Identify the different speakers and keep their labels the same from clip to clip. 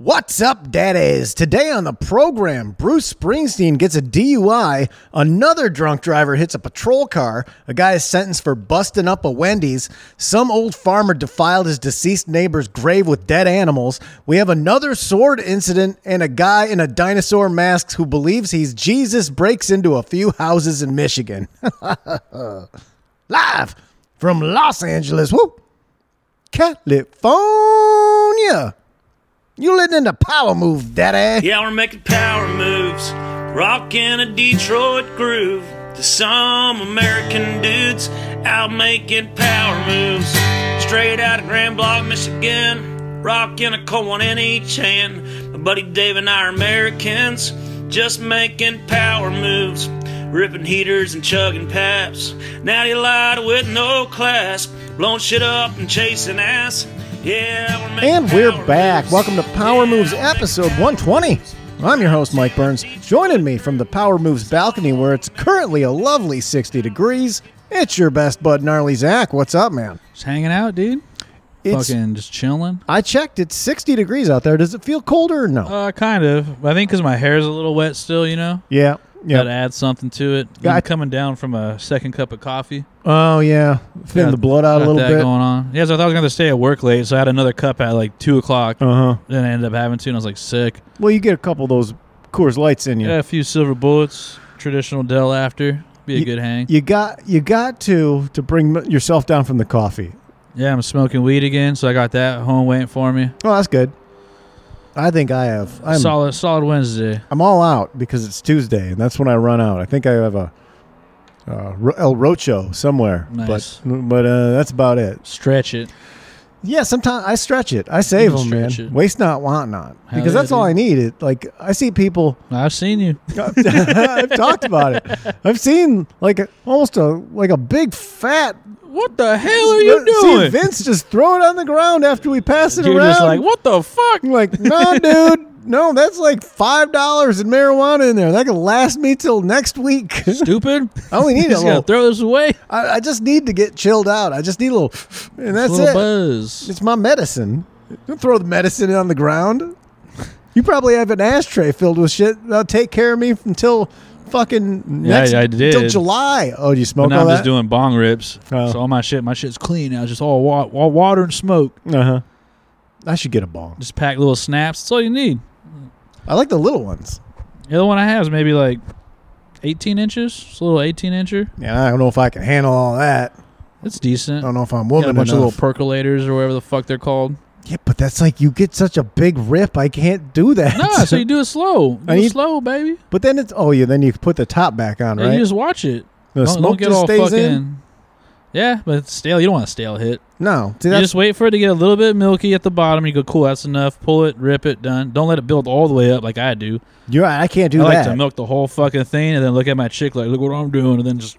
Speaker 1: What's up, daddies? Today on the program, Bruce Springsteen gets a DUI. Another drunk driver hits a patrol car. A guy is sentenced for busting up a Wendy's. Some old farmer defiled his deceased neighbor's grave with dead animals. We have another sword incident, and a guy in a dinosaur mask who believes he's Jesus breaks into a few houses in Michigan. Live from Los Angeles, woo, California. You listening to Power Move, Daddy?
Speaker 2: Yeah, we're making power moves, rocking a Detroit groove to some American dudes out making power moves. Straight out of Grand Block, Michigan, rocking a coin in each hand. My buddy Dave and I are Americans, just making power moves, ripping heaters and chugging paps. Now you lied with no class, blowing shit up and chasing ass. Yeah, we're making
Speaker 1: And we're
Speaker 2: power
Speaker 1: back.
Speaker 2: moves.
Speaker 1: Welcome to Power
Speaker 2: Yeah,
Speaker 1: Moves
Speaker 2: we're making
Speaker 1: episode
Speaker 2: power
Speaker 1: 120.
Speaker 2: moves.
Speaker 1: I'm your host, Mike Burns. Joining me from the Power Moves balcony, where it's currently a lovely 60 degrees, it's your best bud, Gnarly Zach. What's up, man?
Speaker 3: Just hanging out, dude.
Speaker 1: It's,
Speaker 3: Fucking just chilling.
Speaker 1: I checked. It's 60 degrees out there. Does it feel colder or no?
Speaker 3: Uh, kind of. I think because my hair's a little wet still, you know.
Speaker 1: yeah.
Speaker 3: Got to
Speaker 1: Yeah.
Speaker 3: add something to it.
Speaker 1: Yeah, I-
Speaker 3: I'm coming down from a second cup of coffee.
Speaker 1: Oh, yeah. Thin
Speaker 3: Got-
Speaker 1: the blood out a
Speaker 3: got
Speaker 1: little
Speaker 3: that
Speaker 1: bit.
Speaker 3: going on. Yeah, so I thought I was gonna stay at work late, so I had another cup at like two o'clock.
Speaker 1: Uh huh.
Speaker 3: Then I ended up having two, and I was like sick.
Speaker 1: Well, you get a couple of those Coors Lights in you.
Speaker 3: Yeah, a few silver bullets, traditional Dell after. Be a
Speaker 1: You-
Speaker 3: good hang.
Speaker 1: You got you got to to bring yourself down from the coffee.
Speaker 3: yeah, I'm smoking weed again, so I got that at home waiting for me.
Speaker 1: Oh, that's good. I think I have. I'm,
Speaker 3: solid, solid Wednesday.
Speaker 1: I'm all out because it's Tuesday, and that's when I run out. I think I have a uh, Ro- El Rocho somewhere,
Speaker 3: Nice.
Speaker 1: but but uh, that's about it.
Speaker 3: Stretch it.
Speaker 1: Yeah, sometimes I stretch it. I save
Speaker 3: You
Speaker 1: them, man.
Speaker 3: stretch it.
Speaker 1: Waste not, want not,
Speaker 3: Hell
Speaker 1: because
Speaker 3: yeah,
Speaker 1: that's all
Speaker 3: dude.
Speaker 1: I need. It like I see people.
Speaker 3: I've seen you.
Speaker 1: I've talked about it. I've seen like a, almost a like a big fat.
Speaker 3: What the hell are
Speaker 1: See Vince just throw it on the ground after we pass it
Speaker 3: You're
Speaker 1: around.
Speaker 3: just like, what the fuck?
Speaker 1: I'm like, no, dude, no, that's like five dollars in marijuana in there. That could last me till next week.
Speaker 3: Stupid.
Speaker 1: I only need a
Speaker 3: He's gonna
Speaker 1: little.
Speaker 3: throw this away.
Speaker 1: I, I just need to get chilled out. I just need a little, and that's
Speaker 3: Little
Speaker 1: it.
Speaker 3: buzz.
Speaker 1: It's my medicine. Don't throw the medicine on the ground. You probably have an ashtray filled with shit that'll take care of me until fucking next
Speaker 3: I did.
Speaker 1: till July. Oh, do you
Speaker 3: But
Speaker 1: smoke
Speaker 3: now
Speaker 1: all
Speaker 3: I'm
Speaker 1: that?
Speaker 3: just doing bong rips.
Speaker 1: Oh.
Speaker 3: So all my shit, my shit's clean now. It's just all, wa- all water and smoke.
Speaker 1: uh huh. I should get a bong.
Speaker 3: Just pack little snaps. That's all you need.
Speaker 1: I like the little ones.
Speaker 3: The other one I have is maybe like 18 inches. It's a little 18 incher.
Speaker 1: Yeah, I don't know if I can handle all that.
Speaker 3: It's
Speaker 1: I
Speaker 3: decent.
Speaker 1: don't know if I'm
Speaker 3: Got
Speaker 1: woman
Speaker 3: a bunch
Speaker 1: Oh, enough.
Speaker 3: of little percolators or whatever the fuck they're called.
Speaker 1: Yeah, but that's like you get such a big rip. I can't do that.
Speaker 3: Nah, so you do it slow. Do
Speaker 1: I
Speaker 3: it
Speaker 1: need-
Speaker 3: slow, baby.
Speaker 1: but then it's oh yeah, then you put the top back on,
Speaker 3: And
Speaker 1: right?
Speaker 3: you just watch it.
Speaker 1: the
Speaker 3: don't,
Speaker 1: smoke
Speaker 3: don't get
Speaker 1: just
Speaker 3: all
Speaker 1: stays
Speaker 3: fucking.
Speaker 1: in.
Speaker 3: Yeah, but it's stale. You don't want a stale hit.
Speaker 1: No, see,
Speaker 3: you
Speaker 1: that's,
Speaker 3: just wait for it to get a little bit milky at the bottom. You go, cool, that's enough. Pull it, rip it, done. Don't let it build all the way up like I do.
Speaker 1: you're right. I can't do
Speaker 3: I like
Speaker 1: that.
Speaker 3: to milk the whole fucking thing and then look at my chick like, look what I'm doing, and then just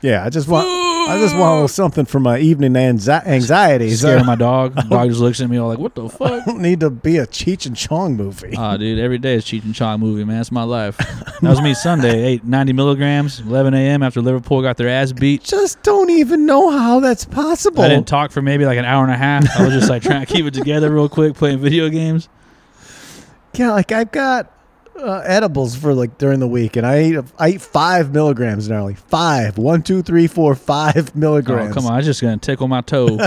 Speaker 1: yeah, I just want I just want a little something for my evening anxi- anxieties.
Speaker 3: scare
Speaker 1: I
Speaker 3: my dog. The dog just looks at me all like, what the fuck?
Speaker 1: don't need to be a Cheech and Chong movie.
Speaker 3: Ah, dude, every day is Cheech and Chong movie, man. That's my life. That was me Sunday, eight ninety milligrams, 11 a.m. after Liverpool got their ass beat.
Speaker 1: just don't even know how that's possible.
Speaker 3: I didn't talk for maybe like an hour and a half. I was just like trying to keep it together real quick, playing video games.
Speaker 1: yeah, like I've got uh, edibles for like during the week, and I ate a- I ate five milligrams gnarly. Five, one, two, three, four, five
Speaker 3: Oh,
Speaker 1: milligrams.
Speaker 3: come on, I was just going to tickle my toe.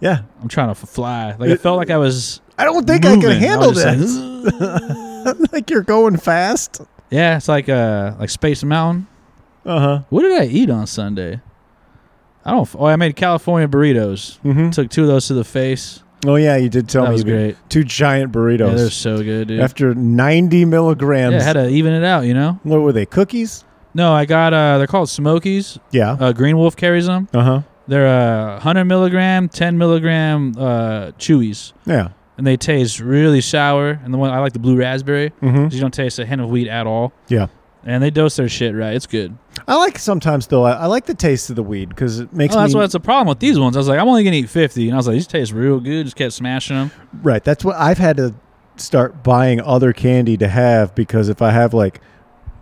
Speaker 1: yeah.
Speaker 3: I'm trying to f- fly. Like, it felt like I was
Speaker 1: I don't think I can
Speaker 3: moving.
Speaker 1: handle
Speaker 3: was just
Speaker 1: this.
Speaker 3: like,
Speaker 1: like you're going fast.
Speaker 3: yeah, it's like uh like Space Mountain.
Speaker 1: Uh huh.
Speaker 3: What did I eat on Sunday? I don't. f- Oh, I made California burritos.
Speaker 1: Mm-hmm.
Speaker 3: Took two of those to the face.
Speaker 1: Oh yeah, you did tell
Speaker 3: That
Speaker 1: me
Speaker 3: was
Speaker 1: you did. two giant
Speaker 3: Yeah, they're
Speaker 1: burritos
Speaker 3: so good, dude.
Speaker 1: after 90 milligrams.
Speaker 3: yeah, I had to even it out, you know.
Speaker 1: what were they? Cookies?
Speaker 3: No, I got uh, they're called Smokies.
Speaker 1: Yeah.
Speaker 3: Uh, Green Wolf carries them.
Speaker 1: Uh huh.
Speaker 3: They're uh, 100 milligram, 10 milligram uh, chewies,
Speaker 1: Yeah.
Speaker 3: and they taste really sour. And the one I like the blue raspberry. 'cause
Speaker 1: Mm-hmm.
Speaker 3: You don't taste a hint of wheat at all.
Speaker 1: Yeah.
Speaker 3: And they dose their shit right. It's good.
Speaker 1: I like sometimes though. I, I like the taste of the weed because it makes
Speaker 3: Oh, that's
Speaker 1: me
Speaker 3: what's the problem with these ones. I was like, I'm only gonna eat 50, and I was like, these taste real good. Just kept smashing them.
Speaker 1: right. That's what I've had to start buying other candy to have because if I have like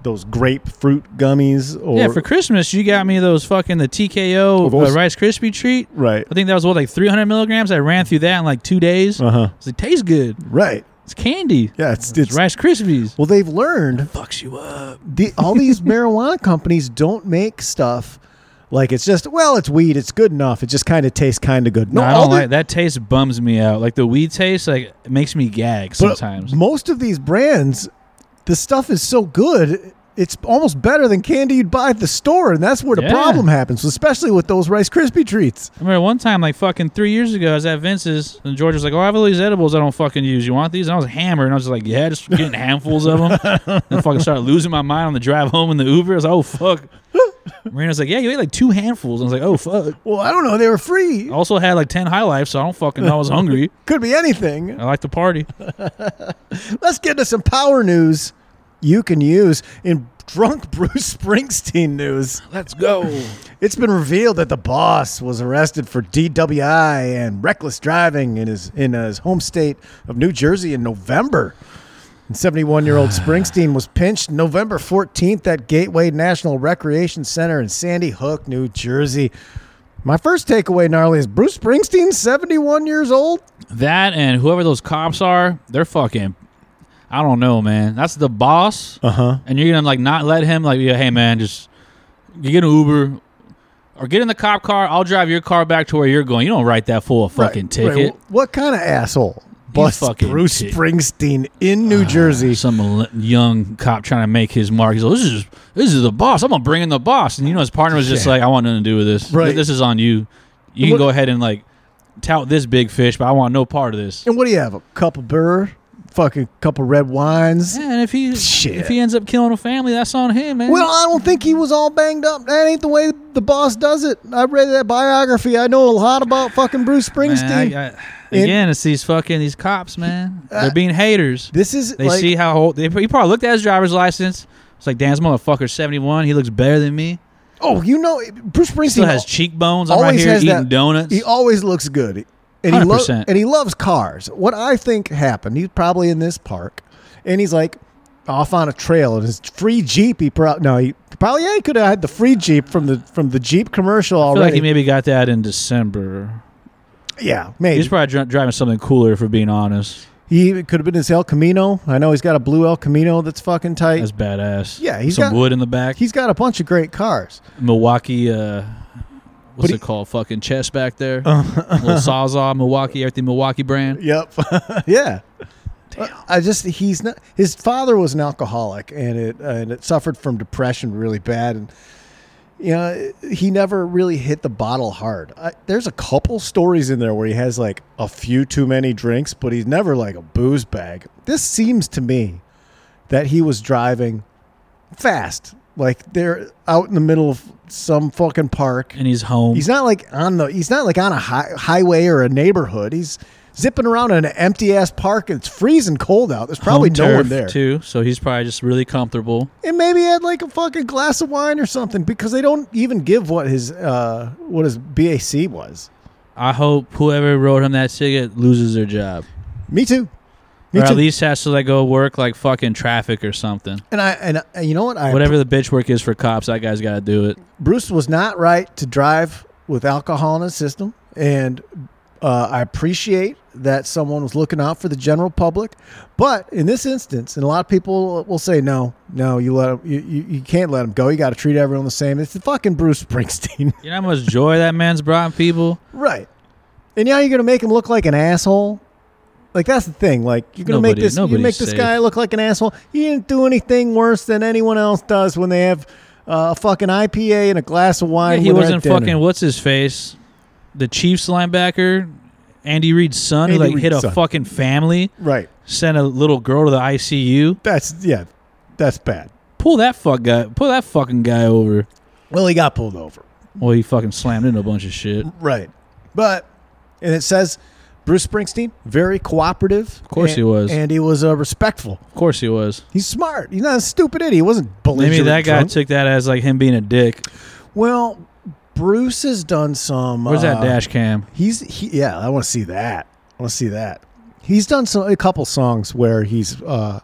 Speaker 1: those grapefruit gummies or
Speaker 3: yeah, for Christmas you got me those fucking the TKO
Speaker 1: Of course.
Speaker 3: uh, Rice Krispie treat.
Speaker 1: Right.
Speaker 3: I think that was what like 300 milligrams. I ran through that in like two days.
Speaker 1: Uh-huh.
Speaker 3: I was like, tastes good.
Speaker 1: right.
Speaker 3: It's candy.
Speaker 1: Yeah, it's
Speaker 3: It's
Speaker 1: it's
Speaker 3: Rice Krispies.
Speaker 1: well they've learned
Speaker 3: Fucks you up.
Speaker 1: the, all these marijuana companies don't make stuff like it's just well it's weed it's good enough it just kind of tastes kind of good.
Speaker 3: No, I
Speaker 1: all
Speaker 3: don't
Speaker 1: the-
Speaker 3: like that taste. Bums me out. Like the weed taste, like it makes me gag
Speaker 1: but
Speaker 3: sometimes.
Speaker 1: most of these brands the stuff is so good it's almost better than candy you'd buy at the store and that's where the
Speaker 3: Yeah.
Speaker 1: problem happens especially with those Rice Krispie treats.
Speaker 3: I remember one time, like fucking three years ago, I was at Vince's, and George was like, "Oh, I have all these edibles I don't fucking use. You want these?" And I was hammered, and I was just like, "Yeah, just getting handfuls of them." and I fucking started losing my mind on the drive home in the Uber. I was like, "Oh fuck." Marina's like, "Yeah, you ate like two handfuls." And I was like, "Oh fuck."
Speaker 1: Well, I don't know, they were free.
Speaker 3: I also had like ten high life, so I don't fucking know. I was hungry.
Speaker 1: Could be anything.
Speaker 3: I like to party.
Speaker 1: Let's get to some power news you can use in drunk Bruce Springsteen news.
Speaker 3: Let's go.
Speaker 1: It's been revealed that the boss was arrested for DWI and reckless driving in his in his home state of New Jersey in November. And 71-year-old Springsteen was pinched November 14th at Gateway National Recreation Center in Sandy Hook, New Jersey. My first takeaway, gnarly, is Bruce Springsteen, 71 years old.
Speaker 3: That and whoever those cops are, they're fucking. I don't know, man. That's the boss.
Speaker 1: Uh huh.
Speaker 3: and you're gonna like not let him like yeah, hey man just you get an uber or get in the cop car i'll drive your car back to where you're going you don't write that fool a fucking ticket
Speaker 1: What kind of asshole busts
Speaker 3: fucking
Speaker 1: Bruce
Speaker 3: tick- Ah,
Speaker 1: Springsteen in New Jersey?
Speaker 3: some l- young cop trying to make his mark he's like this is this is the boss i'm gonna bring in the boss and you know his partner was just like i want nothing to do with this
Speaker 1: Right.
Speaker 3: this is on you you can
Speaker 1: What-
Speaker 3: go ahead and like tout this big fish but i want no part of this
Speaker 1: And what do you have? A cup of beer, fucking cup of red wines.
Speaker 3: Yeah, and if he
Speaker 1: Shit.
Speaker 3: if he ends up killing a family that's on him man
Speaker 1: Well, I don't think he was all banged up. That ain't the way the boss does it. I read that biography. I know a lot about fucking Bruce Springsteen.
Speaker 3: Man, I- I- again it's these fucking these cops man
Speaker 1: Uh,
Speaker 3: they're being haters
Speaker 1: this is
Speaker 3: They
Speaker 1: like,
Speaker 3: see how old they. He probably looked at his driver's license. It's like, damn, this motherfucker's seventy one. He looks better than me.
Speaker 1: oh, you know, Bruce Springsteen
Speaker 3: Still has cheekbones. I'm right
Speaker 1: always
Speaker 3: here
Speaker 1: has
Speaker 3: eating
Speaker 1: that-
Speaker 3: donuts.
Speaker 1: He always looks good. And he loves
Speaker 3: 100%.
Speaker 1: and he loves cars. What I think happened, he's probably in this park and he's like off on a trail and his free Jeep he probably no, he probably yeah, he could have had the free Jeep from the from the Jeep commercial
Speaker 3: I feel like
Speaker 1: already.
Speaker 3: he maybe got that in December.
Speaker 1: yeah, maybe.
Speaker 3: He's probably dri- driving something cooler, if we're being honest.
Speaker 1: he could have been his El Camino. I know he's got a blue El Camino that's fucking tight.
Speaker 3: That's badass.
Speaker 1: Yeah, he's
Speaker 3: some
Speaker 1: got-
Speaker 3: wood in the back.
Speaker 1: he's got a bunch of great cars.
Speaker 3: Milwaukee. Uh,
Speaker 1: But
Speaker 3: what's
Speaker 1: he-
Speaker 3: it called? Fucking chest back there. Little sawzall, Milwaukee, everything Milwaukee brand.
Speaker 1: Yep. yeah. Uh, I just he's not his father was an alcoholic and it and it suffered from depression really bad and you know he never really hit the bottle hard. I, there's a couple stories in there where he has like a few too many drinks, but he's never like a booze bag. This seems to me that he was driving fast, like they're out in the middle of some fucking park.
Speaker 3: And he's home.
Speaker 1: He's not like on the. He's not like on a hi- highway or a neighborhood. He's zipping around in an empty ass park. and It's freezing cold out. There's probably
Speaker 3: home
Speaker 1: no one
Speaker 3: turf,
Speaker 1: there.
Speaker 3: too. So he's probably just really comfortable.
Speaker 1: And maybe he had like a fucking glass of wine or something because they don't even give what his uh what his BAC was.
Speaker 3: I hope whoever wrote him that ticket loses their job.
Speaker 1: Me too. Me
Speaker 3: Or
Speaker 1: too.
Speaker 3: at least has to like go work like fucking traffic or something.
Speaker 1: and I and, I, you know what? I
Speaker 3: Whatever the bitch work is for cops, that guy's got to do it.
Speaker 1: Bruce was not right to drive with alcohol in his system, and uh, I appreciate that someone was looking out for the general public. But in this instance, and a lot of people will say, "No, no, you let him, you, you, you can't let him go. You got to treat everyone the same." It's the fucking Bruce Springsteen,
Speaker 3: You know how much joy that man's brought in people?
Speaker 1: right? And now you're gonna make him look like an asshole. Like that's the thing. Like you're gonna
Speaker 3: Nobody-
Speaker 1: make this you
Speaker 3: nobody's
Speaker 1: make this
Speaker 3: safe.
Speaker 1: guy look like an asshole. He didn't do anything worse than anyone else does when they have. Uh, a fucking IPA and a glass of wine.
Speaker 3: he
Speaker 1: when they're
Speaker 3: wasn't
Speaker 1: at dinner.
Speaker 3: fucking what's his face, the Chiefs linebacker, Andy Reid's son, who
Speaker 1: Andy
Speaker 3: like hit
Speaker 1: Reid's
Speaker 3: a
Speaker 1: son.
Speaker 3: fucking family,
Speaker 1: Right.
Speaker 3: sent a little girl to the ICU.
Speaker 1: That's yeah. That's bad.
Speaker 3: Pull that fuck guy, pull that fucking guy over.
Speaker 1: Well, he got pulled over.
Speaker 3: Well, he fucking slammed into a bunch of shit. Of
Speaker 1: Right. But and it says Bruce Springsteen very cooperative. Of
Speaker 3: course he was.
Speaker 1: and he was uh, respectful.
Speaker 3: course he was.
Speaker 1: He's smart. He's not a stupid idiot. He wasn't belligerent.
Speaker 3: Maybe that guy
Speaker 1: drunk.
Speaker 3: took that as like him being a dick.
Speaker 1: Well, Bruce has done some.
Speaker 3: Where's that
Speaker 1: uh,
Speaker 3: dash cam?
Speaker 1: He's he, yeah. I want to see that. I want to see that. He's done some a couple songs where he's uh,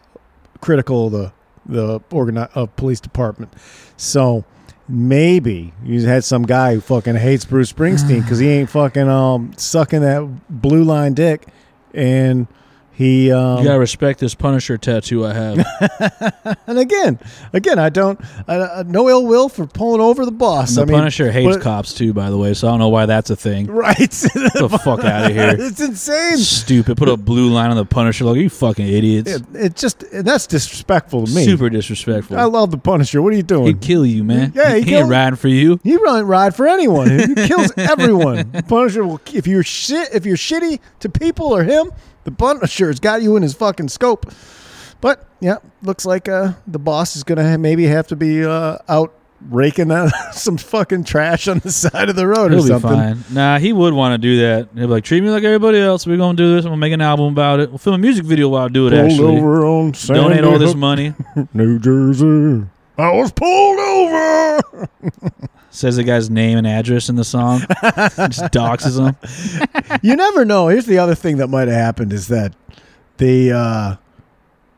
Speaker 1: critical of the the organi- uh, police department. So maybe you had some guy who fucking hates Bruce Springsteen because he ain't fucking um sucking that blue line dick, and he um,
Speaker 3: You gotta respect this Punisher tattoo I have.
Speaker 1: and again, again, I don't I, I, no ill will for pulling over the boss.
Speaker 3: the
Speaker 1: I mean,
Speaker 3: Punisher hates
Speaker 1: but-
Speaker 3: cops too, by the way. So I don't know why that's a thing.
Speaker 1: Right, it's
Speaker 3: Get the fuck out of here.
Speaker 1: insane.
Speaker 3: Stupid. Put a blue line on the Punisher. Like you fucking idiots.
Speaker 1: It, it just and that's disrespectful to me.
Speaker 3: Super disrespectful.
Speaker 1: I love the Punisher. What are you doing?
Speaker 3: He'd kill you, man.
Speaker 1: Yeah, he
Speaker 3: he, can't
Speaker 1: killed-
Speaker 3: ride for you.
Speaker 1: He run ride for anyone. He kills everyone. Punisher will. If you're shit, if you're shitty to people or him, the Punisher's got you in his fucking scope. But yeah, looks like uh, the boss is gonna ha- maybe have to be uh, out raking uh, some fucking trash on the side of the road
Speaker 3: He'll
Speaker 1: or
Speaker 3: be
Speaker 1: something.
Speaker 3: fine. Nah, he would want to do that. He'd be like, treat me like everybody else. We're gonna do this. I'm gonna make an album about it. We'll film a music video while I do it.
Speaker 1: Pulled
Speaker 3: actually,
Speaker 1: over on Sandy
Speaker 3: donate all this
Speaker 1: Hook,
Speaker 3: money.
Speaker 1: New Jersey. I was pulled over.
Speaker 3: Says the guy's name and address in the song. Just doxes him.
Speaker 1: you never know. Here's the other thing that might have happened is that the uh,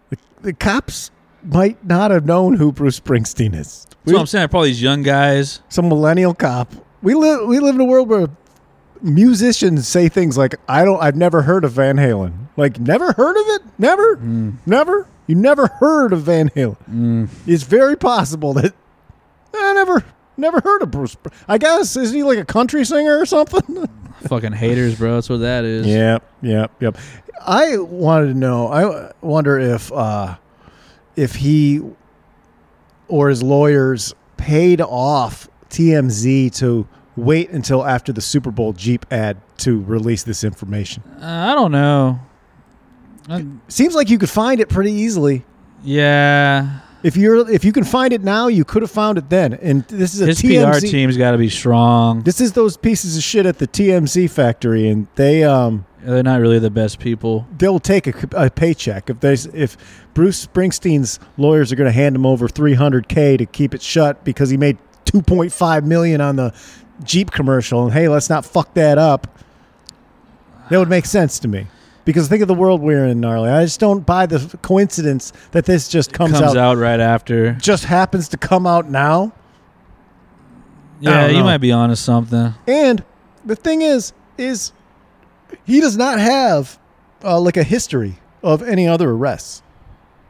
Speaker 1: the, the cops might not have known who Bruce Springsteen is.
Speaker 3: That's
Speaker 1: We,
Speaker 3: what I'm saying. Probably these young guys.
Speaker 1: some millennial cop. We live we live in a world where musicians say things like I don't I've never heard of Van Halen. Like never heard of it? Never?
Speaker 3: Mm.
Speaker 1: Never? You never heard of Van Halen. It's very possible that I never never heard of Bruce. Spr- I guess is he like a country singer or something?
Speaker 3: Fucking haters, bro. That's what that is.
Speaker 1: Yep, yep, yep. I wanted to know. I wonder if uh, if he or his lawyers paid off TMZ to wait until after the Super Bowl Jeep ad to release this information.
Speaker 3: Uh, I don't know. Uh,
Speaker 1: Seems like you could find it pretty easily.
Speaker 3: yeah.
Speaker 1: If you're if you can find it now, you could have found it then. And this is a
Speaker 3: His
Speaker 1: TMZ
Speaker 3: PR team's got to be strong.
Speaker 1: This is those pieces of shit at the TMZ factory, and they um
Speaker 3: They're not really the best people.
Speaker 1: they'll take a, a paycheck if there's if Bruce Springsteen's lawyers are going to hand him over 300k to keep it shut because he made 2.5 million on the Jeep commercial and hey let's not fuck that up that would make sense to me because think of the world we're in gnarly I just don't buy the coincidence that this just comes,
Speaker 3: Comes
Speaker 1: out,
Speaker 3: out right after.
Speaker 1: just happens to come out now
Speaker 3: Yeah,
Speaker 1: don't
Speaker 3: you
Speaker 1: know.
Speaker 3: might be onto something.
Speaker 1: and the thing is is he does not have uh, like a history of any other arrests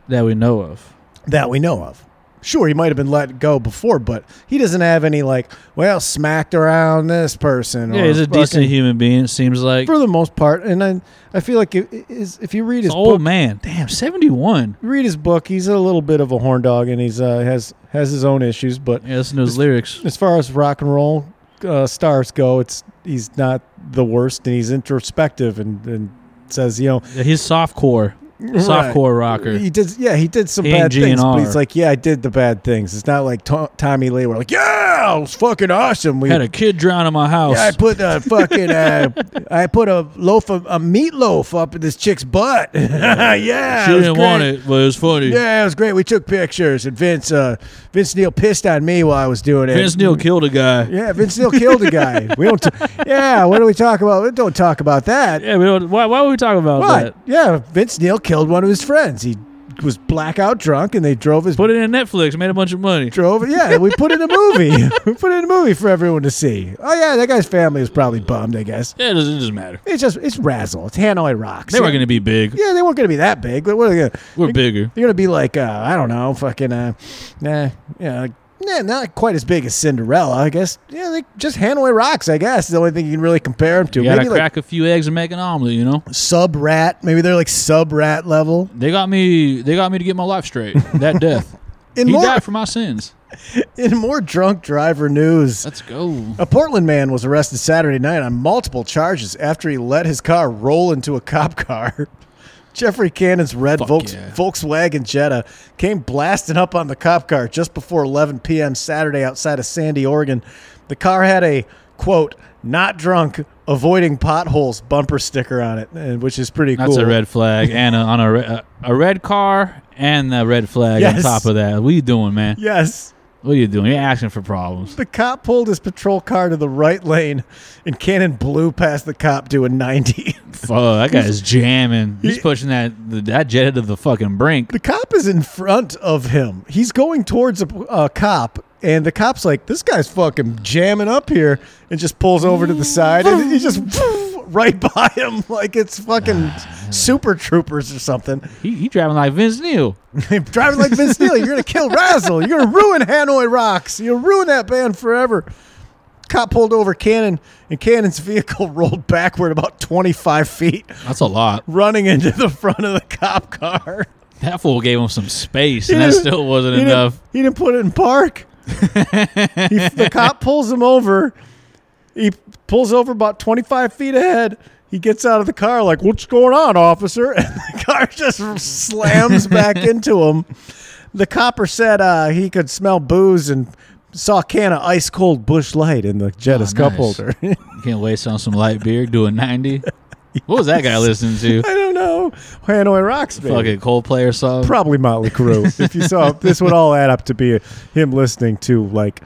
Speaker 3: that we know of.
Speaker 1: that we know of. Sure, he might have been let go before, but he doesn't have any like, well, smacked around this person.
Speaker 3: Yeah,
Speaker 1: or
Speaker 3: he's a
Speaker 1: fucking-
Speaker 3: decent human being. It seems like
Speaker 1: for the most part. And I, I feel like it is if you read
Speaker 3: He's
Speaker 1: his
Speaker 3: an old
Speaker 1: book,
Speaker 3: Oh, man. Damn, seventy-one.
Speaker 1: read his book, he's a little bit of a horn dog, and he's uh, has has his own issues. But
Speaker 3: Yeah, listen to his lyrics.
Speaker 1: as far as rock and roll uh, stars go, it's he's not the worst, and he's introspective and and says you know
Speaker 3: Yeah, he's softcore, softcore rocker.
Speaker 1: He did, yeah, he did some
Speaker 3: He
Speaker 1: bad
Speaker 3: ain't
Speaker 1: things, but
Speaker 3: GNR.
Speaker 1: he's like, yeah, I did the bad things. It's not like to- Tommy Lee, we're like, yeah, it was fucking awesome. We
Speaker 3: Had a kid drown in my house.
Speaker 1: yeah, I put a fucking uh, I put a loaf of a meatloaf up in this chick's butt. yeah,
Speaker 3: she
Speaker 1: it was
Speaker 3: didn't want
Speaker 1: great.
Speaker 3: it, but it was funny.
Speaker 1: Yeah, it was great. We took pictures, and Vince uh, Vince Neil pissed on me while I was doing it.
Speaker 3: Vince Neil killed a guy. Yeah,
Speaker 1: yeah, Vince Neil killed a guy. We don't. T- yeah, what do we talk about? We don't talk about that.
Speaker 3: we don't, why? Why would we talk about
Speaker 1: What?
Speaker 3: that?
Speaker 1: Yeah, Vince Neil killed one of his friends. He was blackout drunk, and they drove his
Speaker 3: Put it in Netflix. Made a bunch of money.
Speaker 1: drove. Yeah, we put it in a movie. we put it in a movie for everyone to see. Oh yeah, that guy's family was probably bummed. I guess
Speaker 3: Yeah, it doesn't, it doesn't matter.
Speaker 1: it's just it's Razzle. It's Hanoi Rocks.
Speaker 3: They
Speaker 1: yeah.
Speaker 3: were going to be big.
Speaker 1: Yeah, they weren't going to be that big. But what are they gonna,
Speaker 3: We're bigger.
Speaker 1: they're going to be like uh, I don't know, fucking uh, nah, yeah, like, nah, not quite as big as Cinderella, I guess. Yeah, they, just Hanoi Rocks, I guess. Is the only thing you can really compare them to.
Speaker 3: You gotta
Speaker 1: maybe
Speaker 3: crack a few eggs and make an omelet. You know.
Speaker 1: like Sub Rat. Maybe they're like Sub Rat level.
Speaker 3: They got me. They got me to get my life straight. That death.
Speaker 1: In
Speaker 3: he
Speaker 1: more
Speaker 3: died for my sins.
Speaker 1: in more drunk driver news.
Speaker 3: Let's go.
Speaker 1: A Portland man was arrested Saturday night on multiple charges after he let his car roll into a cop car. Jeffrey Cannon's red Volks-
Speaker 3: yeah.
Speaker 1: Volkswagen Jetta came blasting up on the cop car just before 11 p.m. Saturday outside of Sandy, Oregon. The car had a quote, not drunk, avoiding potholes bumper sticker on it, and which is pretty
Speaker 3: That's
Speaker 1: cool.
Speaker 3: a red flag, and a, on a, re- a a red car, and a red flag
Speaker 1: Yes.
Speaker 3: on top of that. What are you doing, man?
Speaker 1: Yes.
Speaker 3: What are you doing? You're asking for problems.
Speaker 1: The cop pulled his patrol car to the right lane, and Cannon blew past the cop doing 90.
Speaker 3: Oh, that guy is jamming. He's pushing that that jet to the fucking brink.
Speaker 1: The cop is in front of him. He's going towards a, a cop, and the cop's like, "This guy's fucking jamming up here," and just pulls over to the side, and he just right by him like it's fucking super troopers or something.
Speaker 3: He, he driving like Vince Neil.
Speaker 1: Driving like Vince Neil, you're gonna kill Razzle. You're gonna ruin Hanoi Rocks. You'll ruin that band forever. Cop pulled over Cannon, and Cannon's vehicle rolled backward about 25 feet,
Speaker 3: That's a lot.
Speaker 1: running into the front of the cop car.
Speaker 3: That fool gave him some space, and
Speaker 1: He
Speaker 3: that
Speaker 1: didn't-
Speaker 3: still wasn't
Speaker 1: he
Speaker 3: enough.
Speaker 1: Didn't, he didn't put it in park. He- the cop pulls him over. He pulls over about 25 feet ahead. He gets out of the car like, "What's going on, officer?" And the car just slams back into him. The copper said uh, he could smell booze and saw a can of ice cold Bush Light in the Jetta's
Speaker 3: Oh,
Speaker 1: cup
Speaker 3: nice.
Speaker 1: holder. I
Speaker 3: You can't waste on some light beer doing ninety. What was that guy listening to?
Speaker 1: don't know. Hanoi Rocks, baby.
Speaker 3: Fucking Coldplay or something.
Speaker 1: probably Motley Crue. if you saw this, would all add up to be him listening to like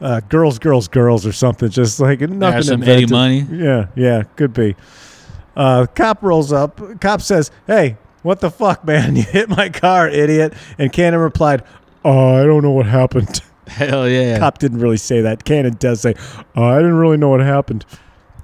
Speaker 1: uh, "Girls, Girls, Girls" or something. Just like nothing.
Speaker 3: There's some
Speaker 1: inventive.
Speaker 3: Eddie Money.
Speaker 1: Yeah, yeah, could be. Uh, cop rolls up. Cop says, "Hey, what the fuck, man? You hit my car, idiot!" And Cannon replied, "Uh, I don't know what happened."
Speaker 3: Hell yeah.
Speaker 1: Cop didn't really say that. Cannon does say, "Uh, I didn't really know what happened."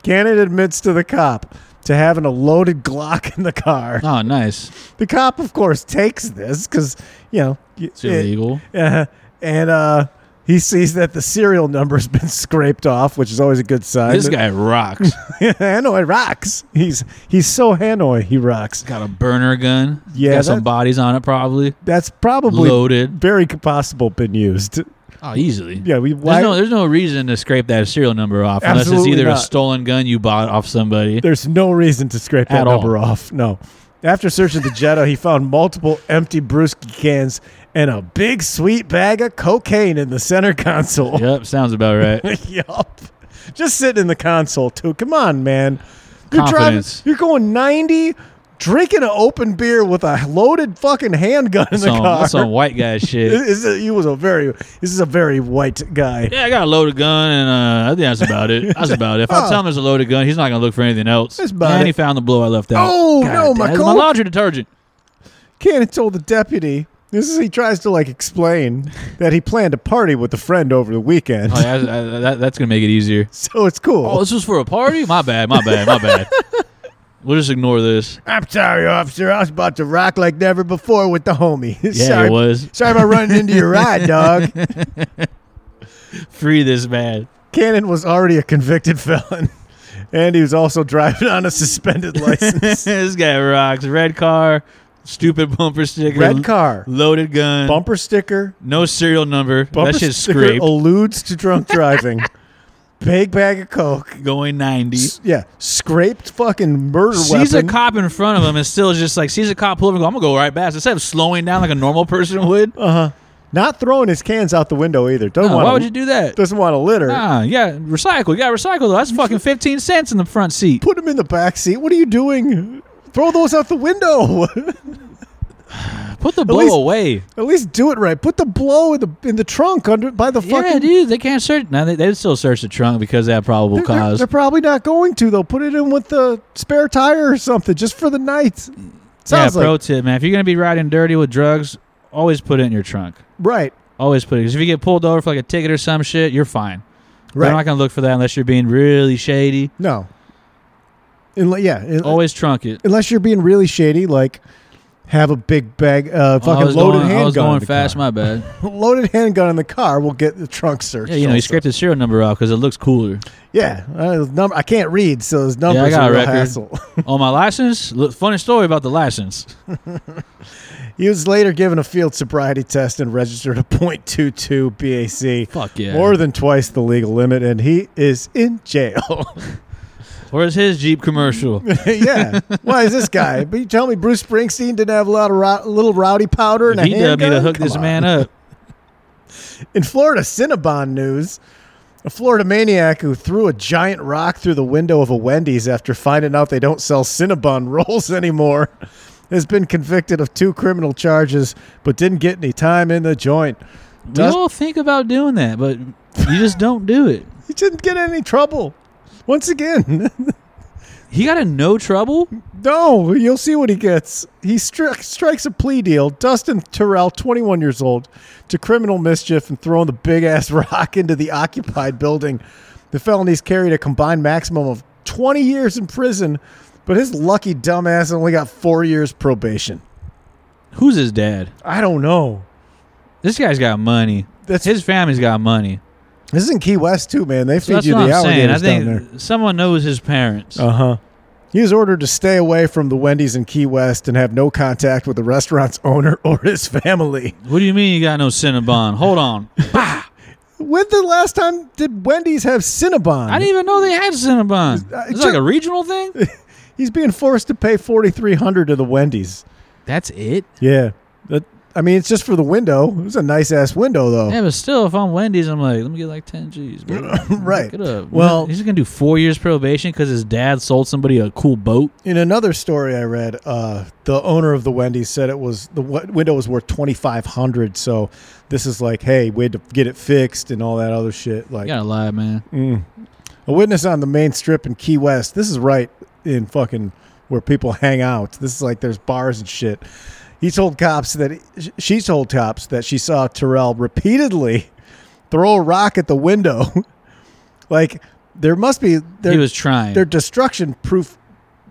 Speaker 1: Cannon admits to the cop to having a loaded Glock in the car.
Speaker 3: Oh, nice.
Speaker 1: The cop, of course, takes this because you know
Speaker 3: It's illegal.
Speaker 1: uh, and uh, he sees that the serial number's been scraped off, which is always a good sign.
Speaker 3: This guy rocks.
Speaker 1: Hanoi rocks. He's he's so Hanoi, he rocks.
Speaker 3: Got a burner gun.
Speaker 1: Yeah,
Speaker 3: Got some
Speaker 1: that-
Speaker 3: bodies on it probably.
Speaker 1: That's probably
Speaker 3: Loaded.
Speaker 1: very possible been used.
Speaker 3: Oh, easily.
Speaker 1: Yeah, we
Speaker 3: There's
Speaker 1: why,
Speaker 3: no, there's no reason to scrape that serial number off unless it's
Speaker 1: Absolutely
Speaker 3: either a
Speaker 1: not.
Speaker 3: stolen gun you bought off somebody.
Speaker 1: there's no reason to scrape that
Speaker 3: At all.
Speaker 1: number off. No. After searching the Jetta, he found multiple empty brewski cans and a big sweet bag of cocaine in the center console.
Speaker 3: Yep, sounds about right.
Speaker 1: yup. Just sitting in the console too. Come on, man. You're
Speaker 3: Confidence.
Speaker 1: driving. You're going 90, drinking an open beer with a loaded fucking handgun in the
Speaker 3: some,
Speaker 1: car.
Speaker 3: that's some white guy shit.
Speaker 1: This is- he was a very. This is a very white guy.
Speaker 3: Yeah, I got a loaded gun, and uh, I think that's about it. That's about it. If I tell him there's a loaded gun, he's not gonna look for anything else.
Speaker 1: Oh. That's about
Speaker 3: and
Speaker 1: it.
Speaker 3: he found the blow I left out.
Speaker 1: Oh, no, my
Speaker 3: damn, it's my
Speaker 1: coke.
Speaker 3: laundry detergent.
Speaker 1: Cannon told the deputy. This is he tries to like explain that he planned a party with a friend over the weekend.
Speaker 3: Oh, yeah, I- I- that- that's gonna make it easier.
Speaker 1: So it's cool.
Speaker 3: Oh, this was for a party. My bad. My bad. My bad. We'll just ignore this.
Speaker 1: I'm sorry, officer. I was about to rock like never before with the homie.
Speaker 3: Yeah,
Speaker 1: sorry,
Speaker 3: it was
Speaker 1: sorry about running into your ride, dog.
Speaker 3: free this bad.
Speaker 1: Cannon was already a convicted felon, and he was also driving on a suspended license.
Speaker 3: this guy rocks. Red car, stupid bumper sticker,
Speaker 1: Red car,
Speaker 3: loaded gun,
Speaker 1: bumper sticker,
Speaker 3: no serial number.
Speaker 1: bumper
Speaker 3: that shit's
Speaker 1: sticker
Speaker 3: scraped.
Speaker 1: alludes to drunk driving. Big bag of coke.
Speaker 3: Going ninety.
Speaker 1: S- Yeah, scraped fucking murder
Speaker 3: sees
Speaker 1: weapon.
Speaker 3: a cop in front of him and still is just like sees a cop pull over and go, I'm gonna go right past. Instead of slowing down like a normal person would.
Speaker 1: Not throwing his cans out the window either. Doesn't
Speaker 3: No,
Speaker 1: want.
Speaker 3: why would you do that?
Speaker 1: Doesn't want to litter.
Speaker 3: Nah, yeah, recycle. You gotta recycle though. That's fucking fifteen cents in the front seat.
Speaker 1: Put him in the back seat. What are you doing? Throw those out the window.
Speaker 3: Put the blow
Speaker 1: least-
Speaker 3: away.
Speaker 1: At least do it right. Put the blow in the in the trunk under by the fucking.
Speaker 3: yeah, dude, they can't search. Now they they still search the trunk because of that probable
Speaker 1: They're- They're,
Speaker 3: cause.
Speaker 1: they're probably not going to. They'll put it in with the spare tire or something just for the night.
Speaker 3: yeah,
Speaker 1: Sounds
Speaker 3: pro
Speaker 1: like
Speaker 3: tip, man. If you're gonna be riding dirty with drugs, always put it in your trunk.
Speaker 1: right,
Speaker 3: Always put it. Because if you get pulled over for like a ticket or some shit, you're fine.
Speaker 1: right.
Speaker 3: They're not gonna look for that unless you're being really shady.
Speaker 1: no. Unle- yeah, un-
Speaker 3: Always trunk it.
Speaker 1: unless you're being really shady, like have a big bag, uh,
Speaker 3: Oh, I
Speaker 1: fucking
Speaker 3: was
Speaker 1: loaded
Speaker 3: going,
Speaker 1: handgun.
Speaker 3: I was
Speaker 1: in
Speaker 3: going
Speaker 1: the
Speaker 3: fast.
Speaker 1: car.
Speaker 3: My bad.
Speaker 1: Loaded handgun in the car will get the trunk searched.
Speaker 3: Yeah, you know, you
Speaker 1: also.
Speaker 3: scraped the serial number off because it looks cooler.
Speaker 1: Yeah, uh, number. I can't read, so those numbers are
Speaker 3: got a
Speaker 1: a real
Speaker 3: record.
Speaker 1: hassle.
Speaker 3: On my license, look, funny story about the license.
Speaker 1: he was later given a field sobriety test and registered a .22 BAC,
Speaker 3: Fuck yeah.
Speaker 1: more than twice the legal limit, and he is in jail.
Speaker 3: Where's his Jeep commercial?
Speaker 1: yeah. Why is this guy? But you tell me Bruce Springsteen didn't have a lot of ro- little rowdy powder and
Speaker 3: If he
Speaker 1: a
Speaker 3: dubbed me
Speaker 1: handgun?
Speaker 3: to hook
Speaker 1: Come
Speaker 3: this
Speaker 1: on.
Speaker 3: man up.
Speaker 1: In Florida Cinnabon news, a Florida maniac who threw a giant rock through the window of a Wendy's after finding out they don't sell Cinnabon rolls anymore has been convicted of two criminal charges but didn't get any time in the joint.
Speaker 3: We
Speaker 1: Does,
Speaker 3: all think about doing that, but you just don't do it.
Speaker 1: he didn't get any trouble. Once again,
Speaker 3: He got in no trouble.
Speaker 1: No, you'll see what he gets. He stri- strikes a plea deal, Dustin Terrell, 21 years old, to criminal mischief and throwing the big ass rock into the occupied building. The felonies carried a combined maximum of 20 years in prison, but his lucky dumbass only got four years probation.
Speaker 3: Who's his dad?
Speaker 1: I don't know.
Speaker 3: This guy's got money.
Speaker 1: That's-
Speaker 3: his family's got money.
Speaker 1: This is in Key West, too, man. They
Speaker 3: So
Speaker 1: feed
Speaker 3: that's
Speaker 1: you
Speaker 3: what
Speaker 1: the
Speaker 3: I'm saying. I
Speaker 1: alligators down there.
Speaker 3: think someone knows his parents.
Speaker 1: Uh huh. He was ordered to stay away from the Wendy's in Key West and have no contact with the restaurant's owner or his family.
Speaker 3: what do you mean you got no Cinnabon? Hold on.
Speaker 1: When the last time did Wendy's have Cinnabon?
Speaker 3: I didn't even know they had
Speaker 1: Uh,
Speaker 3: Cinnabon. It's
Speaker 1: ju-
Speaker 3: like a regional thing.
Speaker 1: He's being forced to pay forty three hundred to the Wendy's.
Speaker 3: That's it.
Speaker 1: Yeah, that, I mean it's just for the window. It was a nice ass window though.
Speaker 3: Yeah, but still, if I'm Wendy's, I'm like, let me get like ten G's. Bro.
Speaker 1: Right.
Speaker 3: Get up.
Speaker 1: Well-
Speaker 3: he's gonna do four years probation because his dad sold somebody a cool boat.
Speaker 1: In another story I read, uh, the owner of the Wendy's said it was the w- window was worth twenty five hundred. So this is like, hey, we had to get it fixed and all that other shit. Like
Speaker 3: You gotta lie, man.
Speaker 1: a witness on the main strip in Key West. This is right in fucking where people hang out. This is like there's bars and shit. He told cops that she told cops that she saw Terrell repeatedly throw a rock at the window. like there must be there
Speaker 3: he was trying.
Speaker 1: they're destruction proof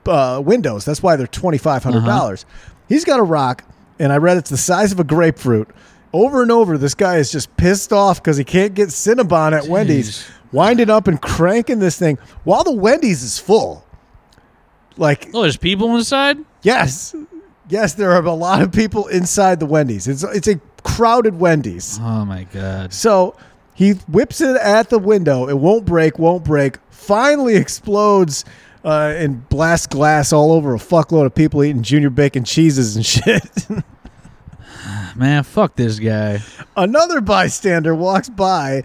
Speaker 1: uh, windows. That's why they're twenty five hundred dollars. He's got a rock, and I read it's the size of a grapefruit. Over and over, this guy is just pissed off because he can't get Cinnabon at Wendy's. Winding up and cranking this thing while the Wendy's is full. Like
Speaker 3: Oh, there's people inside.
Speaker 1: yes, yes, there are a lot of people inside the Wendy's. It's it's a crowded Wendy's.
Speaker 3: Oh my god.
Speaker 1: So he whips it at the window. It won't break, won't break. Finally explodes uh, and blasts glass all over a fuckload of people eating junior bacon cheeses and shit.
Speaker 3: Man, fuck this guy.
Speaker 1: Another bystander walks by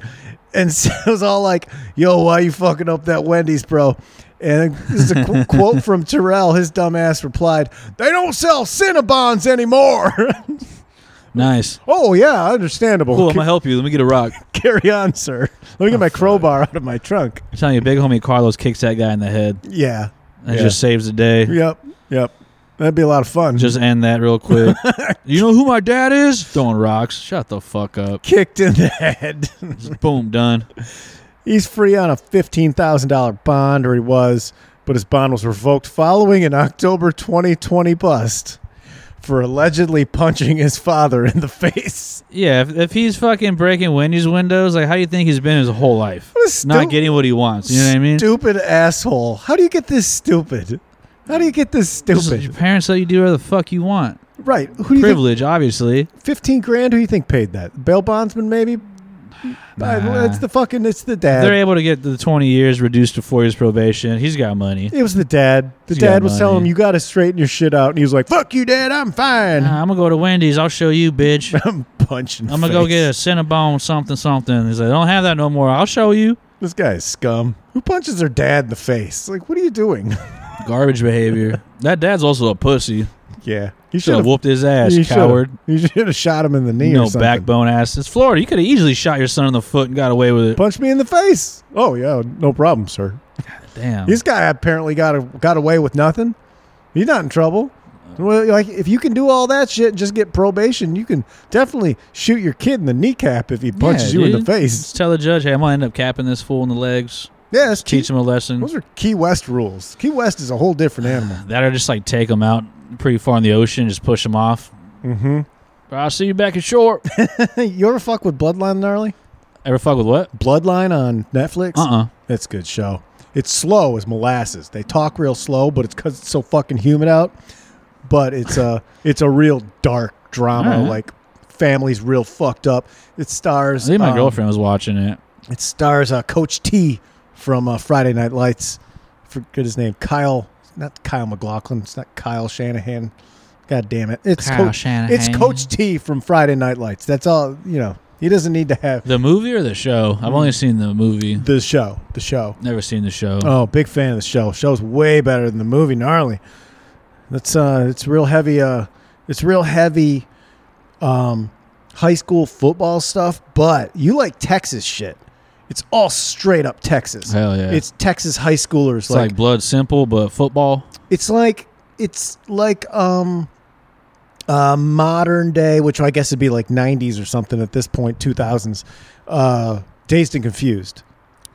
Speaker 1: and was all like, Yo, why you fucking up that Wendy's, bro? And this is a qu- quote from Terrell. His dumbass replied, They don't sell Cinnabons anymore.
Speaker 3: Nice.
Speaker 1: oh, yeah, understandable.
Speaker 3: Cool,
Speaker 1: Ca-
Speaker 3: I'm gonna help you. Let me get a rock.
Speaker 1: Carry on, sir. Let me get my crowbar out of my trunk.
Speaker 3: I'm telling you, big homie Carlos kicks that guy in the head.
Speaker 1: Yeah.
Speaker 3: That
Speaker 1: Yeah.
Speaker 3: just saves the day.
Speaker 1: Yep. Yep. That'd be a lot of fun. Just
Speaker 3: Just end that real quick. you know who my dad is? Throwing rocks. Shut the fuck up.
Speaker 1: kicked in the head.
Speaker 3: Boom, done.
Speaker 1: He's free on a $15,000 bond, or he was, but his bond was revoked following an October 2020 bust for allegedly punching his father in the face.
Speaker 3: Yeah, if, if he's fucking breaking Wendy's windows, like how do you think he's been his whole life?
Speaker 1: What a stu-
Speaker 3: Not getting what he wants. You know what I mean?
Speaker 1: Stupid asshole. How do you get this stupid? How do you get this
Speaker 3: Just let Your
Speaker 1: stupid?
Speaker 3: parents let you do whatever the fuck you want.
Speaker 1: Right. Who do you think?
Speaker 3: Privilege, obviously.
Speaker 1: 15 grand? Who do you think paid that? Bail bondsman, maybe?
Speaker 3: Nah.
Speaker 1: It's the fucking, it's the
Speaker 3: They're
Speaker 1: dad.
Speaker 3: able to get the 20 years reduced to four years probation. He's got money.
Speaker 1: It was the dad. The
Speaker 3: He's got
Speaker 1: dad was telling him,
Speaker 3: money.
Speaker 1: you got to straighten your shit out. And he was like, fuck you, dad. I'm fine.
Speaker 3: Nah, I'm gonna go to Wendy's. I'll show you, bitch.
Speaker 1: I'm punching.
Speaker 3: I'm gonna go get a
Speaker 1: face.
Speaker 3: Cinnabon something something. He's like, I don't have that no more. I'll show you.
Speaker 1: This guy is scum. Who punches their dad in the face? Like, what are you doing?
Speaker 3: Garbage behavior. that dad's also a pussy.
Speaker 1: yeah, he
Speaker 3: Should have whooped his ass,
Speaker 1: he should've-
Speaker 3: coward.
Speaker 1: You should have shot him in the knee. or
Speaker 3: No
Speaker 1: something.
Speaker 3: backbone ass. It's Florida. You could have easily shot your son in the foot and got away with it.
Speaker 1: Punch me in the face. Oh yeah, no problem, sir.
Speaker 3: Damn.
Speaker 1: This guy apparently got a, got away with nothing. He's not in trouble. Well, like if you can do all that shit, and just get probation. You can definitely shoot your kid in the kneecap if he punches you in the
Speaker 3: dude.
Speaker 1: face.
Speaker 3: Just tell the judge, hey, I'm gonna end up capping this fool in the legs.
Speaker 1: Yeah, that's
Speaker 3: Teach him a lesson.
Speaker 1: Those are Key West rules. Key West is a whole different animal.
Speaker 3: That or just like take him out pretty far in the ocean, just push him off. Mm-hmm. I'll see you back at shore.
Speaker 1: Hey, you ever fuck with Bloodline, gnarly?
Speaker 3: Ever fuck with what?
Speaker 1: Bloodline on Netflix.
Speaker 3: Uh-uh.
Speaker 1: That's a good show. It's slow as molasses. They talk real slow, but it's because it's so fucking humid out. But it's a it's a real dark drama.
Speaker 3: All right.
Speaker 1: Like family's real fucked up. It
Speaker 3: I
Speaker 1: stars.
Speaker 3: think my
Speaker 1: um,
Speaker 3: girlfriend was watching it.
Speaker 1: It stars uh, Coach T from uh, Friday Night Lights. Forget his name. Kyle. Not Kyle McLaughlin. It's not Kyle Shanahan. God damn it! It's
Speaker 3: Kyle
Speaker 1: Coach.
Speaker 3: Shanahan.
Speaker 1: It's Coach T from Friday Night Lights. That's all. You know. He doesn't need to have
Speaker 3: The movie or the show? I've only seen the movie.
Speaker 1: the show. The show.
Speaker 3: Never seen the show.
Speaker 1: Oh, big fan of the show. Show's way better than the movie, gnarly. That's uh it's real heavy uh it's real heavy um high school football stuff, but you like Texas shit. It's all straight up Texas.
Speaker 3: Hell yeah.
Speaker 1: It's Texas high schoolers.
Speaker 3: It's like, Blood Simple, but football.
Speaker 1: It's like it's like um uh modern day, which I guess would be like 90s or something at this point, 2000s. Uh Dazed and Confused.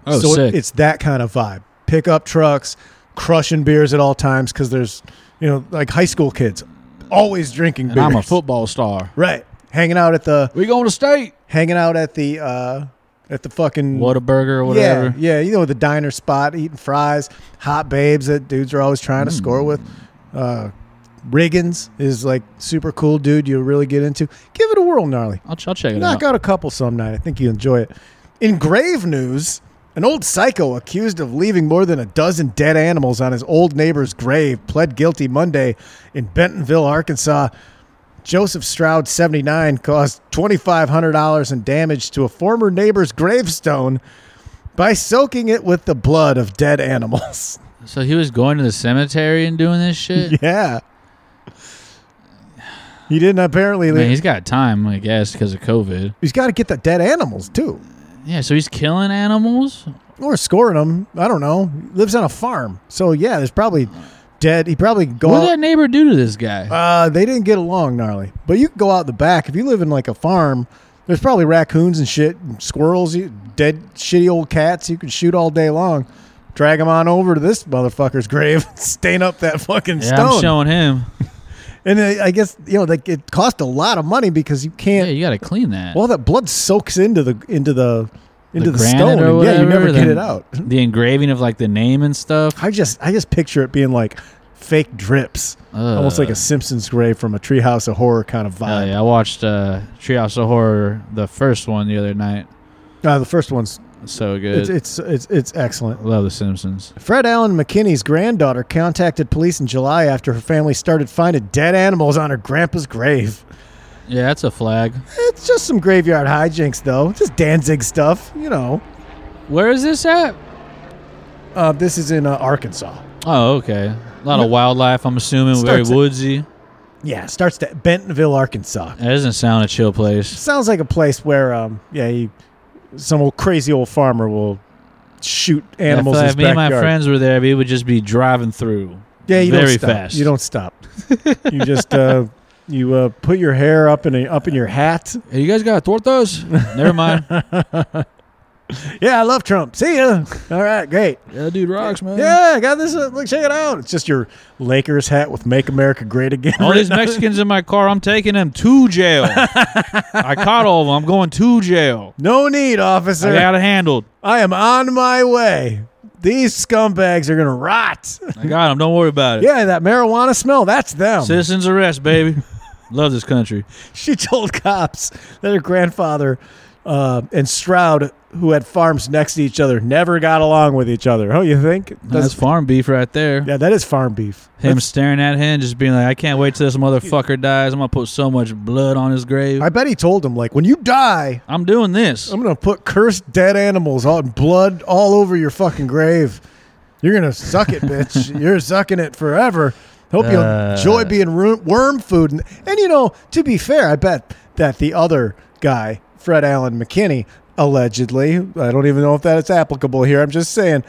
Speaker 3: Oh,
Speaker 1: so it-
Speaker 3: sick.
Speaker 1: it's that kind of vibe. Pickup trucks, crushing beers at all times cuz there's, you know, like high school kids always drinking
Speaker 3: and
Speaker 1: beers.
Speaker 3: I'm a football star.
Speaker 1: Right. Hanging out at the
Speaker 3: We going to state.
Speaker 1: hanging out at the uh at the fucking
Speaker 3: What a burger or whatever.
Speaker 1: yeah, yeah, you know the diner spot, eating fries, hot babes that dudes are always trying to
Speaker 3: Mm.
Speaker 1: score with. Uh, Riggins is like super cool dude. You really get into. Give it a whirl, gnarly.
Speaker 3: I'll, I'll check it
Speaker 1: Knock
Speaker 3: out.
Speaker 1: out a couple some night. I think you enjoy it. In grave news, an old psycho accused of leaving more than a dozen dead animals on his old neighbor's grave pled guilty Monday in Bentonville, Arkansas. Joseph Stroud, 79, caused $2,500 in damage to a former neighbor's gravestone by soaking it with the blood of dead animals.
Speaker 3: So he was going to the cemetery and doing this shit.
Speaker 1: yeah. He didn't apparently
Speaker 3: Man,
Speaker 1: leave.
Speaker 3: he's got time, I guess, because of COVID.
Speaker 1: he's got to get the dead animals, too.
Speaker 3: Yeah, so he's killing animals.
Speaker 1: or scoring them. I don't know. Lives on a farm, so yeah, there's probably dead. He probably go.
Speaker 3: What did
Speaker 1: out,
Speaker 3: that neighbor do to this guy?
Speaker 1: uh, they didn't get along, gnarly. But you can go out the back if you live in like a farm. There's probably raccoons and shit, and squirrels, you, dead shitty old cats you can shoot all day long. Drag them on over to this motherfucker's grave, stain up that fucking
Speaker 3: yeah,
Speaker 1: stone.
Speaker 3: I'm showing him.
Speaker 1: and I I guess you know, like it cost a lot of money because you
Speaker 3: Yeah,
Speaker 1: can't.
Speaker 3: you got to clean that.
Speaker 1: All that blood soaks into the into the into the,
Speaker 3: granite
Speaker 1: stone.
Speaker 3: or
Speaker 1: and yeah, you
Speaker 3: whatever,
Speaker 1: never get
Speaker 3: then
Speaker 1: it out.
Speaker 3: The engraving of like the name and stuff.
Speaker 1: I just I just picture it being like fake drips, almost like a Simpsons grave from a Treehouse of Horror kind of
Speaker 3: Uh. Oh
Speaker 1: vibe.
Speaker 3: yeah, I watched uh, Treehouse of Horror, the first one, the other night.
Speaker 1: Uh, the first one's
Speaker 3: So good.
Speaker 1: it's, it's it's it's excellent.
Speaker 3: Love The Simpsons.
Speaker 1: Fred Allen McKinney's granddaughter contacted police in July after her family started finding dead animals on her grandpa's grave.
Speaker 3: Yeah, that's a flag.
Speaker 1: It's just some graveyard hijinks, though. Just Danzig stuff, you know.
Speaker 3: Where is this at?
Speaker 1: Uh, this is in uh, Arkansas.
Speaker 3: Oh, okay. A lot of wildlife, I'm assuming. Very
Speaker 1: Starts at-
Speaker 3: woodsy.
Speaker 1: Yeah, it starts at Bentonville, Arkansas.
Speaker 3: That doesn't sound a chill place.
Speaker 1: Sounds like a place where, um, yeah, you, some old crazy old farmer will shoot animals
Speaker 3: if,
Speaker 1: in
Speaker 3: uh,
Speaker 1: his
Speaker 3: if me and my
Speaker 1: backyard.
Speaker 3: friends were there, we would just be driving through.
Speaker 1: Yeah, you
Speaker 3: very
Speaker 1: don't stop.
Speaker 3: fast.
Speaker 1: You don't stop. you just uh, you uh, put your hair up in a, up in your hat.
Speaker 3: Hey, you guys got tortas? Never mind.
Speaker 1: Yeah, I love Trump. See ya. All right, great.
Speaker 3: yeah, dude rocks, man.
Speaker 1: Yeah, I got this. Uh, look, check it out. It's just your Lakers hat with "Make America Great Again."
Speaker 3: All these Mexicans in my car, I'm taking them to jail. I caught all of them. I'm going to jail.
Speaker 1: no need, officer.
Speaker 3: I got it handled.
Speaker 1: I am on my way. These scumbags are gonna rot.
Speaker 3: I got them. Don't worry about it.
Speaker 1: yeah, that marijuana smell—that's them.
Speaker 3: Citizens arrest, baby. Love this country.
Speaker 1: She told cops that her grandfather uh, and Stroud, who had farms next to each other, never got along with each other. Oh, you think?
Speaker 3: That's farm beef right there.
Speaker 1: Yeah, that is farm beef.
Speaker 3: Him staring at him, just being like, I can't wait till this motherfucker dies. I'm going to put so much blood on his grave.
Speaker 1: I bet he told him, like, when you die,
Speaker 3: I'm doing this.
Speaker 1: I'm gonna put cursed dead animals all blood all over your fucking grave. You're gonna suck it, bitch. You're sucking it forever. Hope you
Speaker 3: Uh.
Speaker 1: enjoy being ru- worm food. And, and you know, to be fair, I bet that the other guy, Fred Allen McKinney, allegedly, I don't even know if that is applicable here. I'm just saying,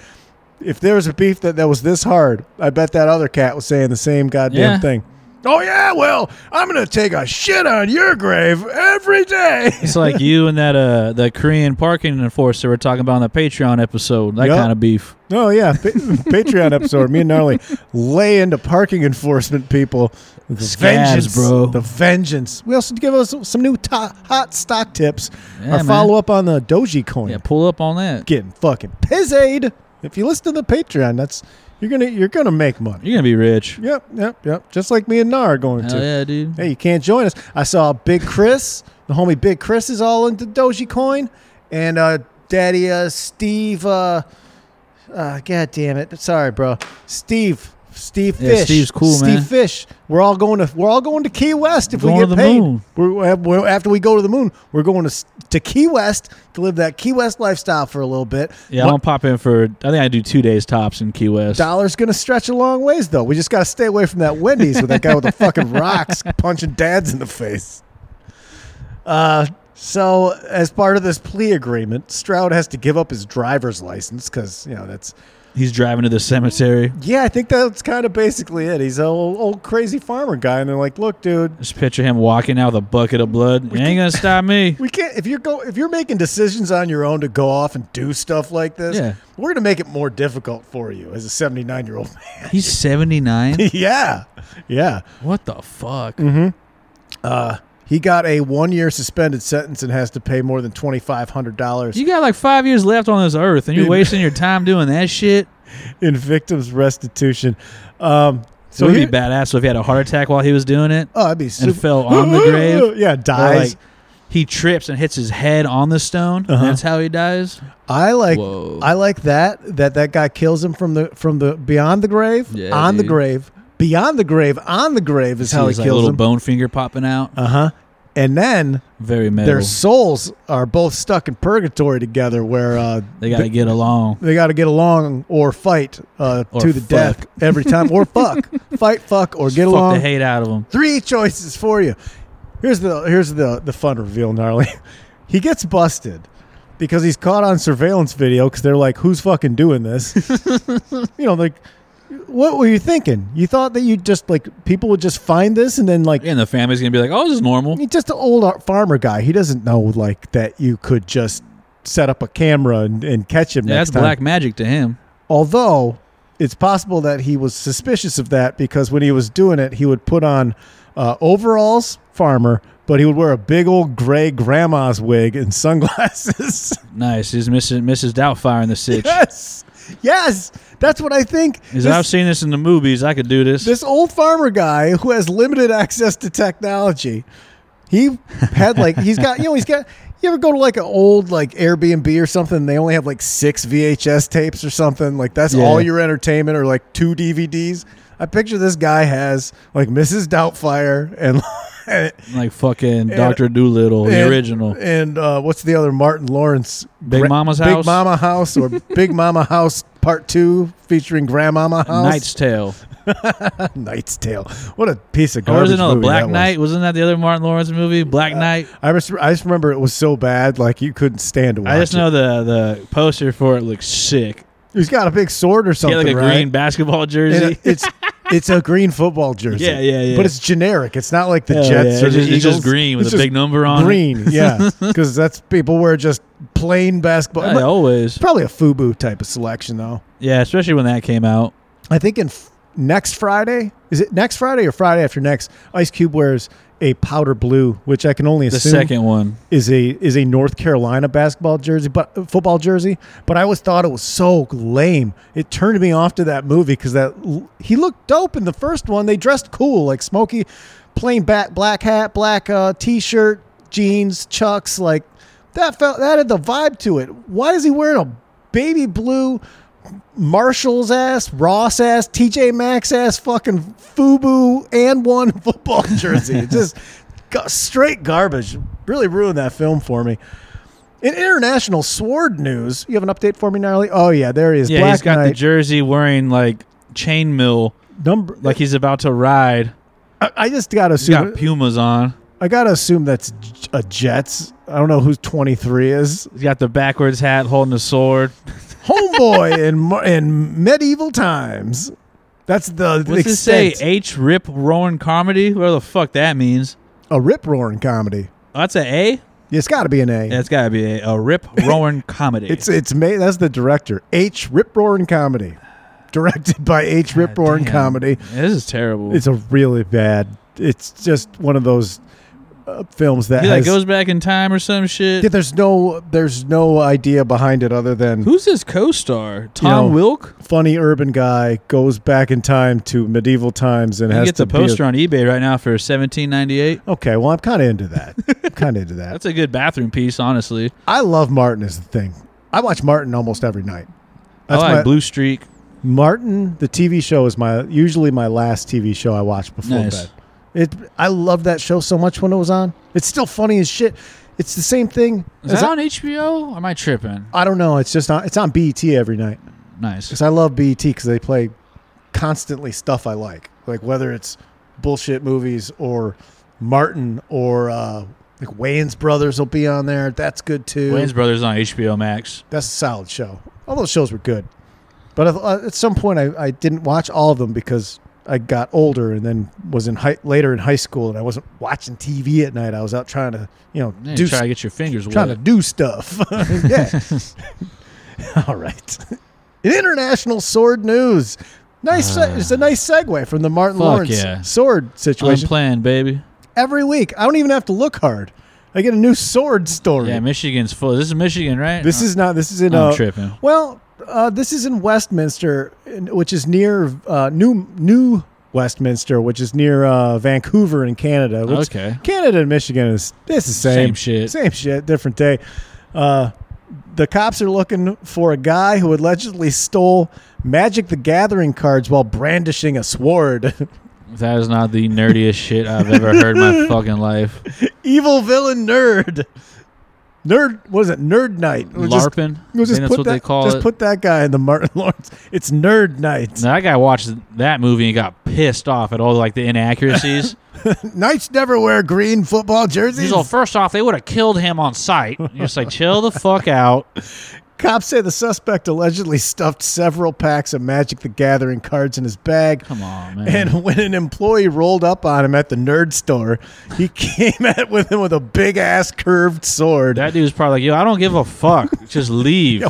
Speaker 1: if there was a beef that, that was this hard, I bet that other cat was saying the same goddamn
Speaker 3: Yeah.
Speaker 1: thing. Oh yeah, well, I'm gonna take a shit on your grave every day.
Speaker 3: It's like you and that uh the Korean parking enforcer were talking about on the Patreon episode. That
Speaker 1: Yup.
Speaker 3: kind of beef.
Speaker 1: Oh yeah, pa- Patreon episode. Me and Gnarly lay into parking enforcement people. The
Speaker 3: Scabs,
Speaker 1: vengeance,
Speaker 3: bro.
Speaker 1: The vengeance. We also give us some new to- hot stock tips.
Speaker 3: Yeah,
Speaker 1: Our
Speaker 3: man.
Speaker 1: follow up on the Doji coin.
Speaker 3: Yeah, pull up on that.
Speaker 1: Getting fucking pizzed. If you listen to the Patreon, that's you're gonna you're gonna make money.
Speaker 3: You're gonna be rich.
Speaker 1: Yep, yep, yep. Just like me and Gnar are going
Speaker 3: Hell
Speaker 1: to.
Speaker 3: yeah, dude.
Speaker 1: Hey, you can't join us. I saw Big Chris, the homie Big Chris is all into Doji Coin, and uh, Daddy uh, Steve. Uh, uh, God damn it! Sorry, bro. Steve, Steve
Speaker 3: Yeah,
Speaker 1: Fish.
Speaker 3: Steve's cool,
Speaker 1: Steve
Speaker 3: man.
Speaker 1: Fish. We're all going to we're all going to Key West if
Speaker 3: Going
Speaker 1: we
Speaker 3: to
Speaker 1: get
Speaker 3: the
Speaker 1: paid.
Speaker 3: moon.
Speaker 1: We're, we're- after we go to the moon, we're going to s- to Key West to live that Key West lifestyle for a little bit.
Speaker 3: Yeah,
Speaker 1: One-
Speaker 3: I'm gonna pop in for. I think I do two days tops in Key West.
Speaker 1: Dollar's gonna stretch a long ways though. We just gotta stay away from that Wendy's with that guy with the fucking rocks punching dads in the face. Uh, So, as part of this plea agreement, Stroud has to give up his driver's license because you know that's
Speaker 3: He's driving to the cemetery.
Speaker 1: yeah. I think that's kind of basically it. He's an old, old crazy farmer guy, and they're like, "Look, dude,
Speaker 3: Just picture him walking out with a bucket of blood. You ain't gonna stop me.
Speaker 1: we can't if you're go if you're making decisions on your own to go off and do stuff like this.
Speaker 3: Yeah.
Speaker 1: we're gonna make it more difficult for you as a 79 year old man.
Speaker 3: He's seventy nine.
Speaker 1: yeah, yeah.
Speaker 3: What the fuck?
Speaker 1: Mm-hmm. He got a one year suspended sentence and has to pay more than twenty five hundred dollars
Speaker 3: You got like five years left on this earth, and you're wasting your time doing that shit.
Speaker 1: in victims restitution. Um, so
Speaker 3: So it'd
Speaker 1: here-
Speaker 3: be badass if he had a heart attack while he was doing it,
Speaker 1: Oh, that'd be super.
Speaker 3: and fell on the grave.
Speaker 1: yeah,
Speaker 3: Or,
Speaker 1: dies.
Speaker 3: like he trips and hits his head on the stone. and
Speaker 1: Uh-huh.
Speaker 3: That's how he dies.
Speaker 1: I like
Speaker 3: Whoa.
Speaker 1: I like that that that guy kills him from the from the beyond the grave
Speaker 3: Yeah,
Speaker 1: on the
Speaker 3: dude.
Speaker 1: grave beyond the grave on the grave is how he
Speaker 3: his, like,
Speaker 1: kills
Speaker 3: little
Speaker 1: him.
Speaker 3: bone finger popping out.
Speaker 1: uh huh. And then
Speaker 3: Very metal.
Speaker 1: their souls are both stuck in purgatory together, where uh,
Speaker 3: they gotta get along.
Speaker 1: they got to get along or fight uh,
Speaker 3: Or
Speaker 1: to the
Speaker 3: fuck.
Speaker 1: death every time, or fuck, fight, fuck, or get
Speaker 3: Fuck the
Speaker 1: along.
Speaker 3: hate out of him.
Speaker 1: Three choices for you. Here's the here's the the fun reveal, gnarly. He gets busted because he's caught on surveillance video because they're like, "Who's fucking doing this?" you know, like, what were you thinking? You thought that you just like people would just find this and then like.
Speaker 3: And the family's gonna be like, "Oh, this is normal."
Speaker 1: He's just an old ar- farmer guy. He doesn't know like that you could just set up a camera and, and catch him.
Speaker 3: Yeah,
Speaker 1: next
Speaker 3: that's
Speaker 1: time.
Speaker 3: black magic to him.
Speaker 1: Although it's possible that he was suspicious of that because when he was doing it, he would put on uh, overalls, farmer, but he would wear a big old gray grandma's wig and sunglasses.
Speaker 3: Nice. He's Mrs. Mrs. Doubtfire in the sitch.
Speaker 1: yes, yes, that's what I think.
Speaker 3: Is
Speaker 1: This-
Speaker 3: I've seen this in the movies. I could do this.
Speaker 1: this old farmer guy who has limited access to technology he had like he's got you know he's got you ever go to like an old like airbnb or something and they only have like six vhs tapes or something like that's
Speaker 3: Yeah.
Speaker 1: all your entertainment or like two dvds i picture this guy has like mrs doubtfire and
Speaker 3: like fucking Doctor Doolittle, the
Speaker 1: and-
Speaker 3: original.
Speaker 1: and uh, what's the other martin lawrence
Speaker 3: Big Mama's
Speaker 1: big
Speaker 3: House?
Speaker 1: mama house or big mama house part two featuring grandmama house
Speaker 3: Knight's Tale.
Speaker 1: knight's tale what a piece of garbage
Speaker 3: Or was it another
Speaker 1: movie
Speaker 3: Black
Speaker 1: that was. Uh,
Speaker 3: Knight? Wasn't that the other Martin Lawrence movie? Black Knight.
Speaker 1: I just, I just remember it was so bad, like you couldn't stand to watch.
Speaker 3: I just
Speaker 1: it.
Speaker 3: know the the poster for it looks sick.
Speaker 1: he's got a big sword or
Speaker 3: He had
Speaker 1: something,
Speaker 3: like a
Speaker 1: right?
Speaker 3: green basketball
Speaker 1: And
Speaker 3: jersey.
Speaker 1: it- it's it's a green football jersey.
Speaker 3: Yeah, yeah, yeah.
Speaker 1: But it's generic. It's not like the
Speaker 3: Hell yeah.
Speaker 1: Jets or
Speaker 3: It's
Speaker 1: the
Speaker 3: just- it's just
Speaker 1: Eagles.
Speaker 3: green with
Speaker 1: It's
Speaker 3: a
Speaker 1: just
Speaker 3: big number on it.
Speaker 1: Green, yeah, because that's people wear just plain basketball.
Speaker 3: I always.
Speaker 1: It's probably a FUBU type of selection though.
Speaker 3: Yeah, especially when that came out.
Speaker 1: I think in f- next Friday is it next Friday or Friday after next? Ice Cube wears a powder blue, which I can only
Speaker 3: The
Speaker 1: assume
Speaker 3: second one.
Speaker 1: is a is a North Carolina basketball jersey, but football jersey. But I always thought it was so lame. It turned me off to that movie because that he looked dope in the first one. They dressed cool, like Smokey, plain bat, black hat, black uh, t-shirt, jeans, chucks. Like that felt that had the vibe to it. Why is he wearing a baby blue? Marshall's ass, Ross ass, TJ Maxx ass, fucking FUBU and one football jersey. It just got straight garbage. Really ruined that film for me. In international sword news, you have an update for me, gnarly? Oh yeah, there he is.
Speaker 3: Yeah,
Speaker 1: Black
Speaker 3: he's got the
Speaker 1: Knight.
Speaker 3: jersey wearing like chainmail,
Speaker 1: number.
Speaker 3: like
Speaker 1: Like
Speaker 3: he's about to ride.
Speaker 1: I, I just gotta
Speaker 3: He's
Speaker 1: assume.
Speaker 3: got Pumas on.
Speaker 1: I gotta assume that's J- a Jets. I don't know who's twenty three is.
Speaker 3: He's got the backwards hat, holding a sword.
Speaker 1: Homeboy in mar- in medieval times. That's the
Speaker 3: What's this say?
Speaker 1: extent.
Speaker 3: H rip roaring comedy? Whatever the fuck that means.
Speaker 1: A rip roaring comedy.
Speaker 3: Oh, that's an A.
Speaker 1: It's got to be an A.
Speaker 3: That's gotta be a, a rip roaring comedy.
Speaker 1: It's it's made. That's the director H. Rip Roaring Comedy, directed by H. Rip Roaring
Speaker 3: Damn.
Speaker 1: Comedy.
Speaker 3: This is terrible.
Speaker 1: It's a really bad. It's just one of those uh, films that
Speaker 3: he like
Speaker 1: has,
Speaker 3: goes back in time or some shit.
Speaker 1: yeah, there's no there's no idea behind it other than
Speaker 3: Who's his co-star? Tom
Speaker 1: know,
Speaker 3: Wilk.
Speaker 1: funny urban guy goes back in time to medieval times and
Speaker 3: You can
Speaker 1: has
Speaker 3: get
Speaker 1: to
Speaker 3: the poster
Speaker 1: Be
Speaker 3: on eBay right now for seventeen ninety eight.
Speaker 1: a, okay, well I'm kind of into that. I'm kind of into that.
Speaker 3: That's a good bathroom piece, honestly.
Speaker 1: I love Martin as the thing. I watch Martin almost every night.
Speaker 3: I
Speaker 1: That's
Speaker 3: like
Speaker 1: my,
Speaker 3: Blue Streak.
Speaker 1: Martin, the TV show is my usually my last TV show I watch before
Speaker 3: Nice.
Speaker 1: bed. It I loved that show so much when it was on. It's still funny as shit. It's the same thing.
Speaker 3: Is
Speaker 1: as
Speaker 3: that
Speaker 1: I,
Speaker 3: on HBO? Or am I tripping?
Speaker 1: I don't know. It's just on. It's on BET every night
Speaker 3: Nice.
Speaker 1: because I love BET because they play constantly stuff I like, like whether it's bullshit movies or Martin or uh, Like Wayans Brothers will be on there. That's good too.
Speaker 3: Wayne's Brothers on HBO Max.
Speaker 1: That's a solid show. All those shows were good. But at- uh, at some point, I, I didn't watch all of them because I got older and then was in high, later in high school and I wasn't watching TV at night. I was out trying to, you know,
Speaker 3: Man,
Speaker 1: do
Speaker 3: try to
Speaker 1: s-
Speaker 3: get your fingers
Speaker 1: trying
Speaker 3: wet.
Speaker 1: to do stuff. yeah. all right. In international sword news. Nice. se- it's a nice segue from the Martin
Speaker 3: Ah. Fuck
Speaker 1: Lawrence
Speaker 3: yeah.
Speaker 1: sword situation.
Speaker 3: Unplanned, baby.
Speaker 1: Every week, I don't even have to look hard. I get a new sword story.
Speaker 3: Yeah, Michigan's full. This is Michigan, right?
Speaker 1: This is not. This is in.
Speaker 3: I'm
Speaker 1: uh,
Speaker 3: tripping.
Speaker 1: Well, uh, this is in Westminster, in- which is near uh, New New Westminster, which is near uh, Vancouver in Canada. which-
Speaker 3: Okay.
Speaker 1: Canada and Michigan is this is same
Speaker 3: Same shit.
Speaker 1: Same shit. Different day. Uh, the cops are looking for a guy who allegedly stole Magic the Gathering cards while brandishing a sword.
Speaker 3: that is not the nerdiest shit I've ever heard in my fucking life.
Speaker 1: Evil villain nerd. Nerd, what is it? Nerd night. It was just-
Speaker 3: LARPing.
Speaker 1: We'll
Speaker 3: I
Speaker 1: just
Speaker 3: think that's
Speaker 1: put
Speaker 3: what
Speaker 1: that,
Speaker 3: they call
Speaker 1: just
Speaker 3: it.
Speaker 1: put that guy in the Martin Lawrence. It's nerd night.
Speaker 3: now, that guy watched that movie and got pissed off at all like the inaccuracies.
Speaker 1: Knights never wear green football jerseys.
Speaker 3: He's all, first off, they would have killed him on sight. You're just like, chill the fuck out.
Speaker 1: Cops say the suspect allegedly stuffed several packs of Magic the Gathering cards in his bag.
Speaker 3: Come on, man.
Speaker 1: And when an employee rolled up on him at the nerd store, he came at with him with a big ass curved sword.
Speaker 3: that dude's probably like, yo, I don't give a fuck. Just leave.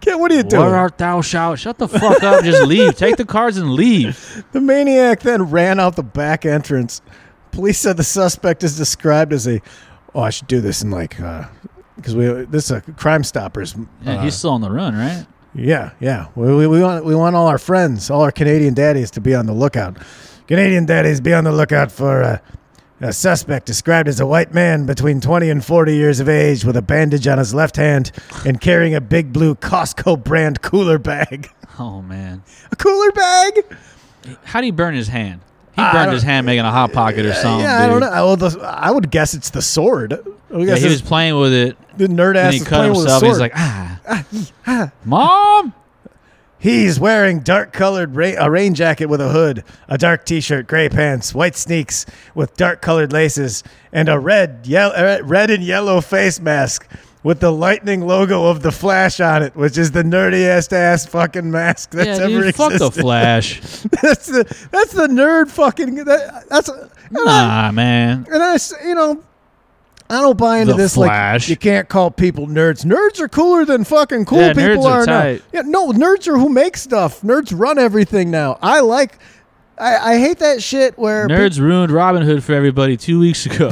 Speaker 1: Kid, what are you doing?
Speaker 3: Where art thou shout? Shut the fuck up. Just leave. Take the cards and leave.
Speaker 1: The maniac then ran out the back entrance. Police said the suspect is described as a. Oh, I should do this in like, because we this is a Crime Stoppers.
Speaker 3: And
Speaker 1: uh,
Speaker 3: he's still on the run, right?
Speaker 1: yeah, yeah. We, we, we want we want all our friends, all our Canadian daddies, to be on the lookout. Canadian daddies, be on the lookout for a, a suspect described as a white man between twenty and forty years of age, with a bandage on his left hand and carrying a big blue Costco brand cooler bag.
Speaker 3: Oh man.
Speaker 1: A cooler bag.
Speaker 3: How do you burn his hand? He
Speaker 1: I
Speaker 3: burned
Speaker 1: don't-
Speaker 3: his hand making a hot pocket or something.
Speaker 1: Uh, yeah, I don't
Speaker 3: dude.
Speaker 1: know. I, well, the, I would guess it's the sword. I would
Speaker 3: Yeah,
Speaker 1: guess
Speaker 3: he was
Speaker 1: it's
Speaker 3: playing with it.
Speaker 1: the nerd
Speaker 3: And
Speaker 1: ass
Speaker 3: he
Speaker 1: is
Speaker 3: cut
Speaker 1: playing with a
Speaker 3: himself.
Speaker 1: sword.
Speaker 3: He's like, ah, mom.
Speaker 1: He's wearing dark colored ra- a rain jacket with a hood, a dark t shirt, gray pants, white sneaks with dark colored laces, and a red, yellow, uh, red and yellow face mask with the lightning logo of the Flash on it, which is the nerdiest ass fucking mask
Speaker 3: Yeah,
Speaker 1: that's ever
Speaker 3: dude, fuck
Speaker 1: existed.
Speaker 3: the Flash.
Speaker 1: that's the that's the nerd fucking that, that's. and I-
Speaker 3: nah, man.
Speaker 1: and I, s- you know, I don't buy into
Speaker 3: The
Speaker 1: this. Like
Speaker 3: Flash.
Speaker 1: you can't call people nerds. Nerds are cooler than fucking cool
Speaker 3: Yeah,
Speaker 1: people
Speaker 3: nerds are
Speaker 1: are, now.
Speaker 3: tight.
Speaker 1: Yeah, no, nerds are who make stuff. Nerds run everything now. I like. I, I hate that shit where pe-
Speaker 3: Nerds ruined Robin Hood for everybody two weeks ago.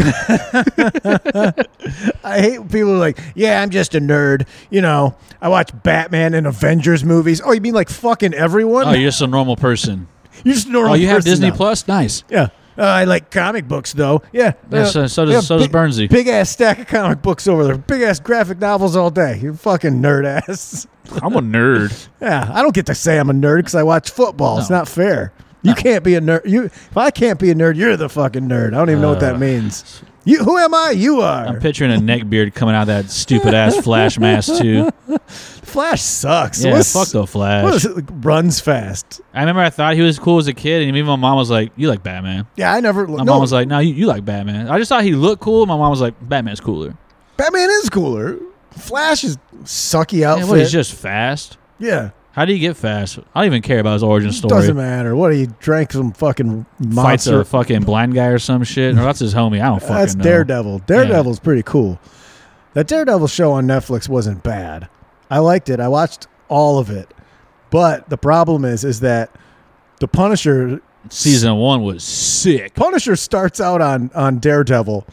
Speaker 1: I hate when people are like, yeah, I'm just a nerd. You know, I watch Batman and Avengers movies. Oh, you mean like fucking everyone?
Speaker 3: oh, you're just a normal person.
Speaker 1: You're just a normal.
Speaker 3: Oh, you have
Speaker 1: person
Speaker 3: Disney
Speaker 1: now.
Speaker 3: Plus? Nice.
Speaker 1: Yeah. Uh, I like comic books though. Yeah.
Speaker 3: Yeah,
Speaker 1: Uh,
Speaker 3: so- so does- so does
Speaker 1: big,
Speaker 3: Bernsey.
Speaker 1: Big ass stack of comic books over there. Big ass graphic novels all day. You fucking nerd ass.
Speaker 3: I'm a nerd.
Speaker 1: Yeah, I don't get to say I'm a nerd because I watch football. It's
Speaker 3: No.
Speaker 1: not fair. You can't be a nerd. You if I can't be a nerd, you're the fucking nerd. I don't even know what that
Speaker 3: Uh,
Speaker 1: means. You who am I? You
Speaker 3: I'm
Speaker 1: are.
Speaker 3: picturing a neck beard coming out of that stupid ass Flash mask too.
Speaker 1: Flash sucks.
Speaker 3: Yeah,
Speaker 1: What's-
Speaker 3: fuck the
Speaker 1: what
Speaker 3: Flash.
Speaker 1: is it? Like, runs fast.
Speaker 3: I remember I thought he was cool as a kid, and even my mom was like, "You like Batman."
Speaker 1: Yeah, I never.
Speaker 3: My
Speaker 1: no,
Speaker 3: mom was like, "No, you, you like Batman." I just thought he looked cool. My mom was like, "Batman's cooler."
Speaker 1: Batman is cooler. Flash is sucky
Speaker 3: Yeah,
Speaker 1: outfit.
Speaker 3: what, he's just fast.
Speaker 1: yeah.
Speaker 3: How do you get fast? I don't even care about his origin story.
Speaker 1: Doesn't matter. What he drank some fucking
Speaker 3: Fights
Speaker 1: monster.
Speaker 3: a fucking blind guy or some shit, or that's his homie. I don't fucking uh,
Speaker 1: That's
Speaker 3: know.
Speaker 1: Daredevil. Daredevil's pretty cool. That Daredevil show on Netflix wasn't bad. I liked it. I watched all of it. But the problem is, is that the Punisher
Speaker 3: Season one was sick.
Speaker 1: Punisher starts out on on Daredevil,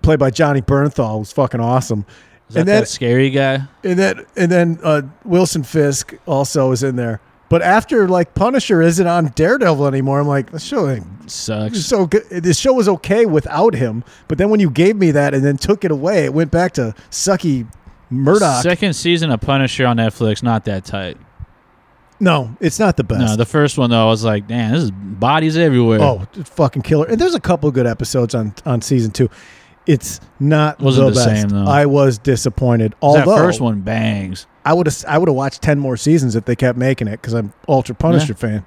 Speaker 1: played by Johnny Bernthal, was fucking awesome.
Speaker 3: Is that
Speaker 1: and then
Speaker 3: that scary guy?
Speaker 1: and then and then uh, Wilson Fisk also is in there. But after like Punisher isn't on Daredevil anymore, I'm like, this show ain't
Speaker 3: Sucks.
Speaker 1: so good. This show was okay without him, but then when you gave me that and then took it away, it went back to sucky Murdoch.
Speaker 3: Second season of Punisher on Netflix, not that tight.
Speaker 1: no, it's not the best.
Speaker 3: No, the first one though, I was like, "Damn, this is bodies everywhere."
Speaker 1: oh, it's fucking killer! And there's a couple good episodes on on season two. It's not
Speaker 3: Wasn't
Speaker 1: the,
Speaker 3: the
Speaker 1: best.
Speaker 3: same, though.
Speaker 1: I was disappointed.
Speaker 3: that
Speaker 1: Although
Speaker 3: first one bangs.
Speaker 1: I would have I would have watched ten more seasons if they kept making it because I'm ultra Punisher fan.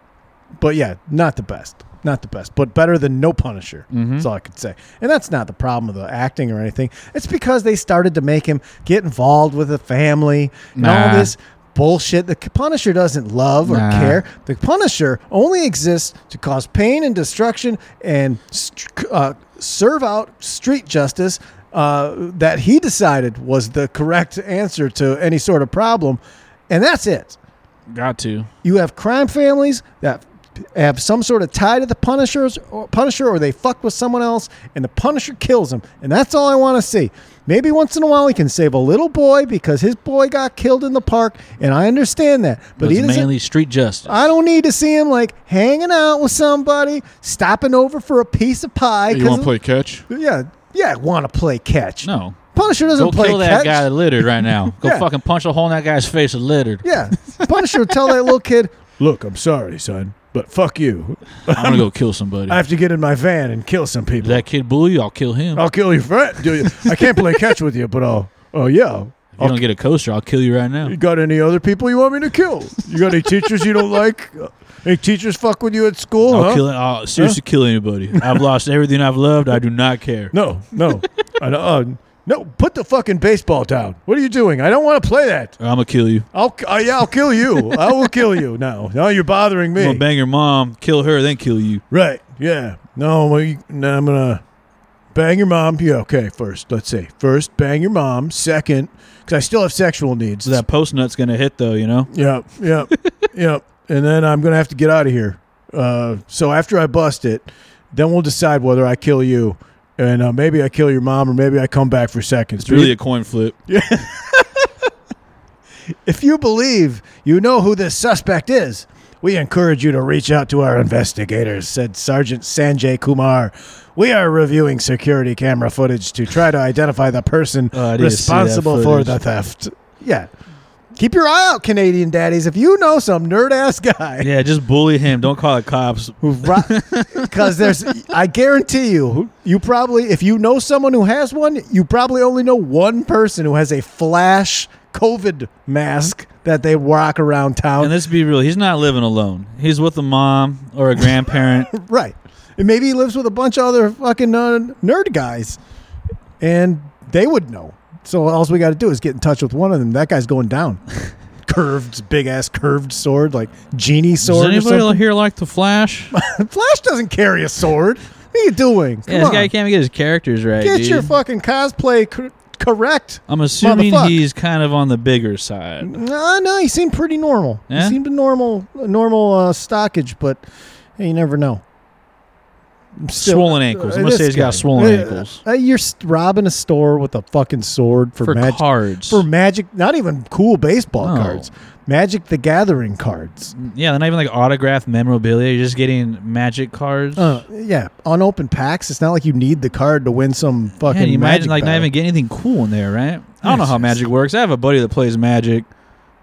Speaker 1: But yeah, not the best. not the best, but better than no Punisher. That's all I could say. And that's not the problem of the acting or anything. It's because they started to make him get involved with the family and all
Speaker 3: Nah.
Speaker 1: this bullshit. The Punisher doesn't love or
Speaker 3: Nah.
Speaker 1: care. The Punisher only exists to cause pain and destruction and st- uh, serve out street justice uh, that he decided was the correct answer to any sort of problem. And that's it
Speaker 3: Got to.
Speaker 1: you have crime families that have some sort of tie to the punishers or punisher or they fuck with someone else and the punisher kills them and that's all i want to see maybe once in a while he can save a little boy because his boy got killed in the park and i understand that but
Speaker 3: But
Speaker 1: he
Speaker 3: it's
Speaker 1: doesn't Uh,
Speaker 3: mainly street justice.
Speaker 1: i don't need to see him like hanging out with somebody stopping over for a piece of pie
Speaker 4: You
Speaker 1: 'cause-
Speaker 4: want to play catch?
Speaker 1: yeah yeah want to play catch
Speaker 3: no.
Speaker 1: punisher doesn't
Speaker 3: Go
Speaker 1: play
Speaker 3: kill that
Speaker 1: catch
Speaker 3: guy that littered right now. Go
Speaker 1: Yeah.
Speaker 3: fucking punch a hole in that guy's face that littered.
Speaker 1: yeah punisher would tell that little kid
Speaker 5: Look, I'm sorry, son, but fuck you.
Speaker 3: I'm gonna go kill somebody.
Speaker 1: i have to get in my van and kill some people
Speaker 3: If that kid bully you, I'll kill him.
Speaker 1: Oh,
Speaker 5: I'll kill your friend. Do you? I can't play catch with you, but I'll. Oh yeah.
Speaker 3: if you don't get a coaster, I'll kill you right now.
Speaker 5: You got any other people you want me to kill? You got any teachers you don't like? Any teachers fuck with you at school?
Speaker 3: I'll
Speaker 5: huh?
Speaker 3: kill. I'll seriously kill anybody. I've lost everything I've loved. I do not care.
Speaker 5: No, no, I don't, uh, no. Put the fucking baseball down. What are you doing? I don't want to play that.
Speaker 3: I'm gonna kill you.
Speaker 5: I'll, I, I'll kill you. I will kill you now. Now you're bothering
Speaker 3: I'm
Speaker 5: me.
Speaker 3: gonna bang your mom, kill her, then kill you.
Speaker 5: right? Yeah. No, we, no, I'm gonna bang your mom. Yeah. Okay. First, let's see. First, bang your mom. Second, because I still have sexual needs.
Speaker 3: So that post nut's gonna hit though, you know.
Speaker 5: Yep, yep, yep. And then I'm gonna have to get out of here. Uh, so after I bust it, then we'll decide whether I kill you, and uh, maybe I kill your mom, or maybe I come back for seconds.
Speaker 3: It's really a coin flip.
Speaker 1: If you believe you know who this suspect is,
Speaker 5: we encourage you to reach out to our investigators," said Sergeant Sanjay Kumar. We are reviewing security camera footage to try to identify the person
Speaker 3: Oh, I didn't see that
Speaker 5: responsible for
Speaker 3: footage.
Speaker 5: the theft.
Speaker 1: yeah. Keep your eye out, Canadian daddies. If you know some nerd ass guy
Speaker 3: Yeah, just bully him. Don't call the cops.
Speaker 1: who, because there's, I guarantee you, you probably, if you know someone who has one, you probably only know one person who has a flash COVID mask that they rock around town.
Speaker 3: And let's be real, he's not living alone. He's with a mom or a grandparent.
Speaker 1: right. And maybe he lives with a bunch of other fucking uh, nerd guys, and they would know. So all we got to do is get in touch with one of them. That guy's going down. curved, big ass curved sword, like genie
Speaker 3: Does
Speaker 1: sword. or
Speaker 3: anybody
Speaker 1: something.
Speaker 3: here like the Flash?
Speaker 1: Flash doesn't carry a sword. What are you doing? Come
Speaker 3: yeah, this
Speaker 1: on.
Speaker 3: guy can't even get his characters right.
Speaker 1: get
Speaker 3: dude.
Speaker 1: your fucking cosplay cor- correct.
Speaker 3: I'm assuming
Speaker 1: motherfuck.
Speaker 3: he's kind of on the bigger side.
Speaker 1: Uh, no, he seemed pretty normal.
Speaker 3: Yeah?
Speaker 1: He seemed a normal, a normal uh, stockage, but hey, you never know. Still-
Speaker 3: swollen ankles. I'm gonna
Speaker 1: this
Speaker 3: say he's got
Speaker 1: guy.
Speaker 3: swollen
Speaker 1: Uh,
Speaker 3: ankles
Speaker 1: uh, you're st- robbing a store with a fucking sword for,
Speaker 3: for
Speaker 1: magic.
Speaker 3: cards.
Speaker 1: For magic, not even cool baseball
Speaker 3: No.
Speaker 1: cards. Magic the Gathering cards.
Speaker 3: yeah, they're not even like autographed memorabilia. You're just getting magic cards.
Speaker 1: Uh, yeah, unopened packs. It's not like you need the card to win some fucking.
Speaker 3: Yeah, you imagine
Speaker 1: magic
Speaker 3: like not
Speaker 1: battle.
Speaker 3: even get anything cool in there, right? I
Speaker 1: Yeah,
Speaker 3: don't know how
Speaker 1: it's-
Speaker 3: magic works. I have a buddy that plays magic.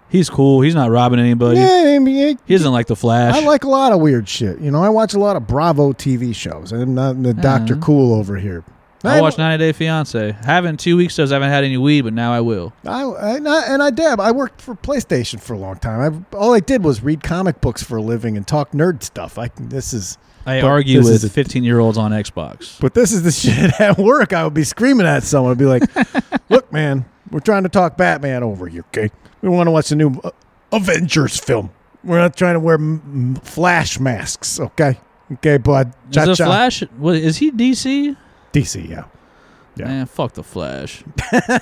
Speaker 3: He's cool. He's not robbing anybody.
Speaker 1: Yeah, I mean, it-
Speaker 3: He doesn't like the Flash.
Speaker 1: I like a lot of weird shit. You know, I watch a lot of Bravo TV shows. I'm not the Doctor
Speaker 3: Uh-huh.
Speaker 1: Cool over here.
Speaker 3: I watch
Speaker 1: I,
Speaker 3: 90 Day Fiance. Haven't two weeks does I haven't had any weed, but now I will.
Speaker 1: I- and I- and I dab. I worked for PlayStation for a long time. I, all I did was read comic books for a living and talk nerd stuff. I this is
Speaker 3: I
Speaker 1: But
Speaker 3: argue
Speaker 1: this is a-
Speaker 3: with 15 year olds on Xbox.
Speaker 1: But this is the shit at work. I would be screaming at someone. I'd be like, "Look, man, we're trying to talk Batman over here. Okay, we want to watch the new uh, Avengers film. We're not trying to wear m- m- Flash masks. Okay, okay, bud.
Speaker 3: Is the
Speaker 1: Cha-cha.
Speaker 3: Flash? What, is he DC?
Speaker 1: DC, yeah. Yeah.
Speaker 3: Man, fuck the Flash.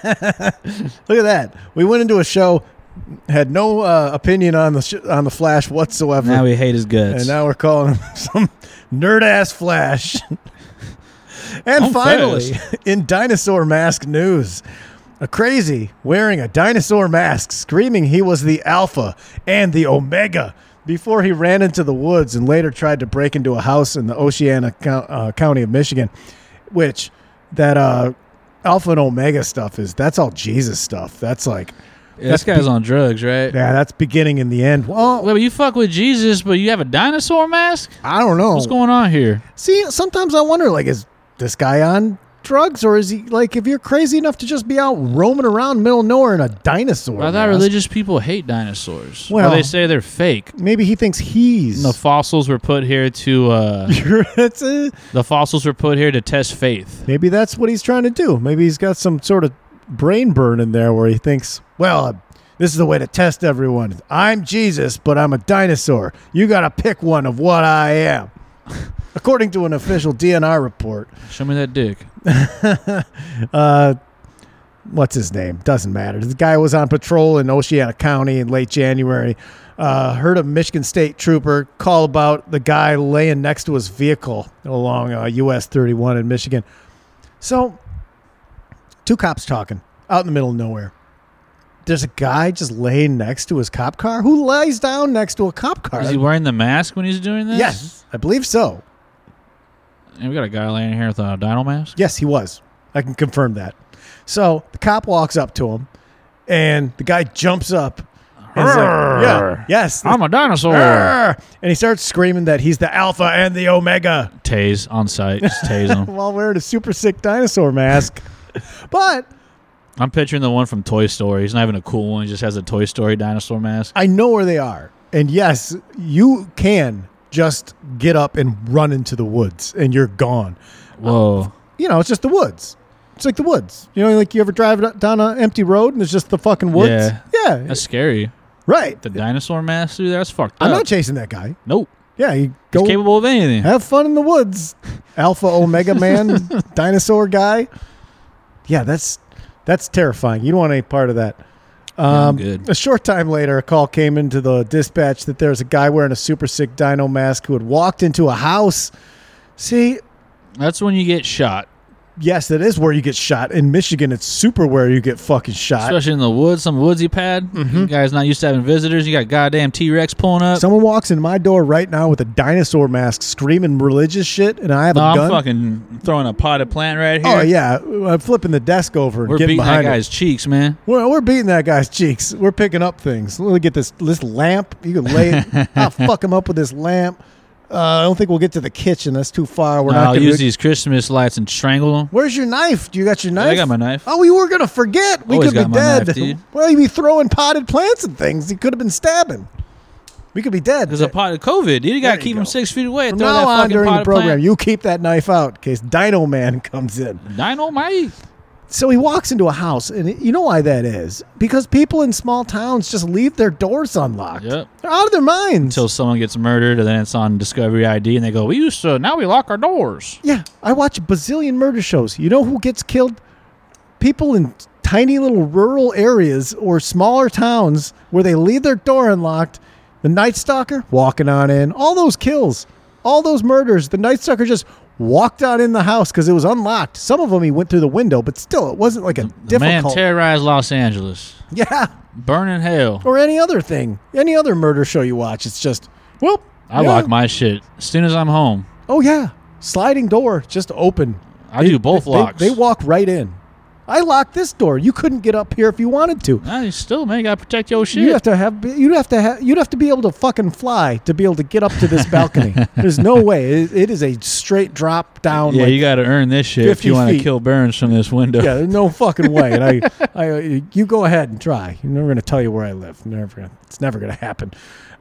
Speaker 1: Look at that. We went into a show, had no uh, opinion on the sh- on the Flash whatsoever,
Speaker 3: now we hate his guts.
Speaker 1: and now we're calling him some nerd ass Flash. and
Speaker 3: I'm
Speaker 1: finally, in dinosaur mask news, a crazy wearing a dinosaur mask, screaming he was the Alpha and the Omega. Before he ran into the woods and later tried to break into a house in the Oceana Co- uh, County of Michigan, which that uh, Alpha and Omega stuff is that's all Jesus stuff. That's like
Speaker 3: Yeah, this guy's on drugs, right?
Speaker 1: yeah, that's beginning and the end. Well,
Speaker 3: Wait, but you fuck with Jesus, but you have a dinosaur mask?
Speaker 1: I don't know.
Speaker 3: What's going on here?
Speaker 1: See, sometimes I wonder, like, is this guy on drugs, or is he like if you're crazy enough to just be out roaming around middle of nowhere in a dinosaur?
Speaker 3: I thought
Speaker 1: mask?
Speaker 3: religious people hate dinosaurs. Well,
Speaker 1: Well-
Speaker 3: they say they're fake.
Speaker 1: Maybe he thinks he's
Speaker 3: The fossils were put here to uh,
Speaker 1: that's a,
Speaker 3: the fossils were put here to test faith.
Speaker 1: maybe that's what he's trying to do. Maybe he's got some sort of brain burn in there where he thinks, well, uh, this is the way to test everyone. I'm Jesus, but I'm a dinosaur. You got to pick one of what I am. According to an official DNR report,
Speaker 3: Show me that dick.
Speaker 1: uh, what's his name? Doesn't matter. The guy was on patrol in Oceana County in late January. Uh, heard a Michigan State trooper call about the guy laying next to his vehicle along uh, US 31 in Michigan. So, two cops talking out in the middle of nowhere. There's a guy just laying next to his cop car. Who lies down next to a cop car?
Speaker 3: Is he wearing the mask when he's doing this?
Speaker 1: Uh, yes, I believe so.
Speaker 3: And we got a guy laying here with a dino mask.
Speaker 1: Yes, he was. I can confirm that. So the cop walks up to him, and the guy jumps up. And is like, yeah, yes.
Speaker 3: I'm a dinosaur.
Speaker 1: Arr! and he starts screaming that he's the alpha and the omega
Speaker 3: Tase on site. Just tase him.
Speaker 1: while wearing a super sick dinosaur mask. but
Speaker 3: I'm picturing the one from Toy Story. He's not having a cool one. He just has a Toy Story dinosaur mask.
Speaker 1: I know where they are. And yes, you can just get up and run into the woods, and you're gone.
Speaker 3: Whoa.
Speaker 1: You know, it's just the woods. It's like the woods. You know, like you ever drive down an empty road and it's just the fucking woods?
Speaker 3: Yeah.
Speaker 1: yeah
Speaker 3: That's scary.
Speaker 1: right.
Speaker 3: The dinosaur mask through there? That's fucked up.
Speaker 1: I'm not chasing that guy.
Speaker 3: nope.
Speaker 1: Yeah, you
Speaker 3: He's
Speaker 1: go
Speaker 3: capable of anything.
Speaker 1: have fun in the woods, Alpha Omega Man, dinosaur guy. Yeah, that's that's terrifying. You don't want any part of that.
Speaker 3: Yeah, I'm
Speaker 1: Um,
Speaker 3: good.
Speaker 1: A short time later, a call came into the dispatch that there's a guy wearing a super sick dino mask who had walked into a house. See,
Speaker 3: That's when you get shot.
Speaker 1: yes, that is where you get shot in Michigan. It's super where you get fucking shot.
Speaker 3: Especially in the woods, some woodsy pad.
Speaker 1: Mm-hmm.
Speaker 3: You guys not used to having visitors. You got goddamn T Rex pulling up.
Speaker 1: Someone walks in my door right now with a dinosaur mask, screaming religious shit, and I have
Speaker 3: no,
Speaker 1: a
Speaker 3: I'm
Speaker 1: gun.
Speaker 3: fucking throwing a potted plant right here.
Speaker 1: oh yeah, I'm flipping the desk over and
Speaker 3: We're
Speaker 1: getting
Speaker 3: beating that
Speaker 1: behind it.
Speaker 3: guy's cheeks, man.
Speaker 1: We're, we're beating that guy's cheeks. We're picking up things. Let me get this this lamp. You can lay it. I'll fuck him up with this lamp. Uh, I don't think we'll get to the kitchen. That's too far. We're not
Speaker 3: I'll
Speaker 1: gonna
Speaker 3: use these Christmas lights and strangle them.
Speaker 1: Where's your knife? Do you got your knife?
Speaker 3: got my knife.
Speaker 1: Oh, we were gonna forget. We
Speaker 3: Always
Speaker 1: could be
Speaker 3: got my knife,
Speaker 1: dead.
Speaker 3: dude.
Speaker 1: well, you'd be throwing potted plants and things. You could have been stabbing. We could be dead.
Speaker 3: There's a pot of COVID, dude. You got
Speaker 1: There
Speaker 3: to
Speaker 1: you
Speaker 3: keep
Speaker 1: go.
Speaker 3: them six feet away.
Speaker 1: From
Speaker 3: throw
Speaker 1: now
Speaker 3: that
Speaker 1: on
Speaker 3: fucking
Speaker 1: during
Speaker 3: pot
Speaker 1: the
Speaker 3: of
Speaker 1: program,
Speaker 3: plant.
Speaker 1: you keep that knife out in case Dino Man comes in.
Speaker 3: Dynamite.
Speaker 1: So he walks into a house, and it- you know why that is? Because people in small towns just leave their doors unlocked.
Speaker 3: Yep.
Speaker 1: They're out of their minds.
Speaker 3: Until someone gets murdered, and then it's on Discovery ID, and they go, "We used to. Now we lock our doors."
Speaker 1: yeah, I watch a bazillion murder shows. You know who gets killed? People in tiny little rural areas or smaller towns where they leave their door unlocked. The Night Stalker walking on in. All those kills, all those murders. The Night Stalker just walked on in the house because it was unlocked. Some of them he went through the window, but still, it wasn't like a
Speaker 3: The man
Speaker 1: difficult.
Speaker 3: terrorized Los Angeles.
Speaker 1: yeah.
Speaker 3: Burn in hell.
Speaker 1: or any other thing, any other murder show you watch. It's just, well,
Speaker 3: I
Speaker 1: yeah.
Speaker 3: lock my shit as soon as I'm home.
Speaker 1: Oh yeah, sliding door just open.
Speaker 3: I do both
Speaker 1: They-
Speaker 3: locks.
Speaker 1: They, walk right in. I locked this door. You couldn't get up here if you wanted to.
Speaker 3: Nah, you still, man, you gotta protect your shit.
Speaker 1: You have to have. You'd have to have. You'd have to be able to fucking fly to be able to get up to this balcony. There's no way. It, it is a straight drop down.
Speaker 3: yeah,
Speaker 1: like,
Speaker 3: you gotta earn this shit if
Speaker 1: 50
Speaker 3: you want to
Speaker 1: feet.
Speaker 3: kill Burns from this window.
Speaker 1: yeah, there's no fucking way. And I, I, uh, you go ahead and try. I'm never gonna tell you where I live. Never, gonna, it's never gonna happen.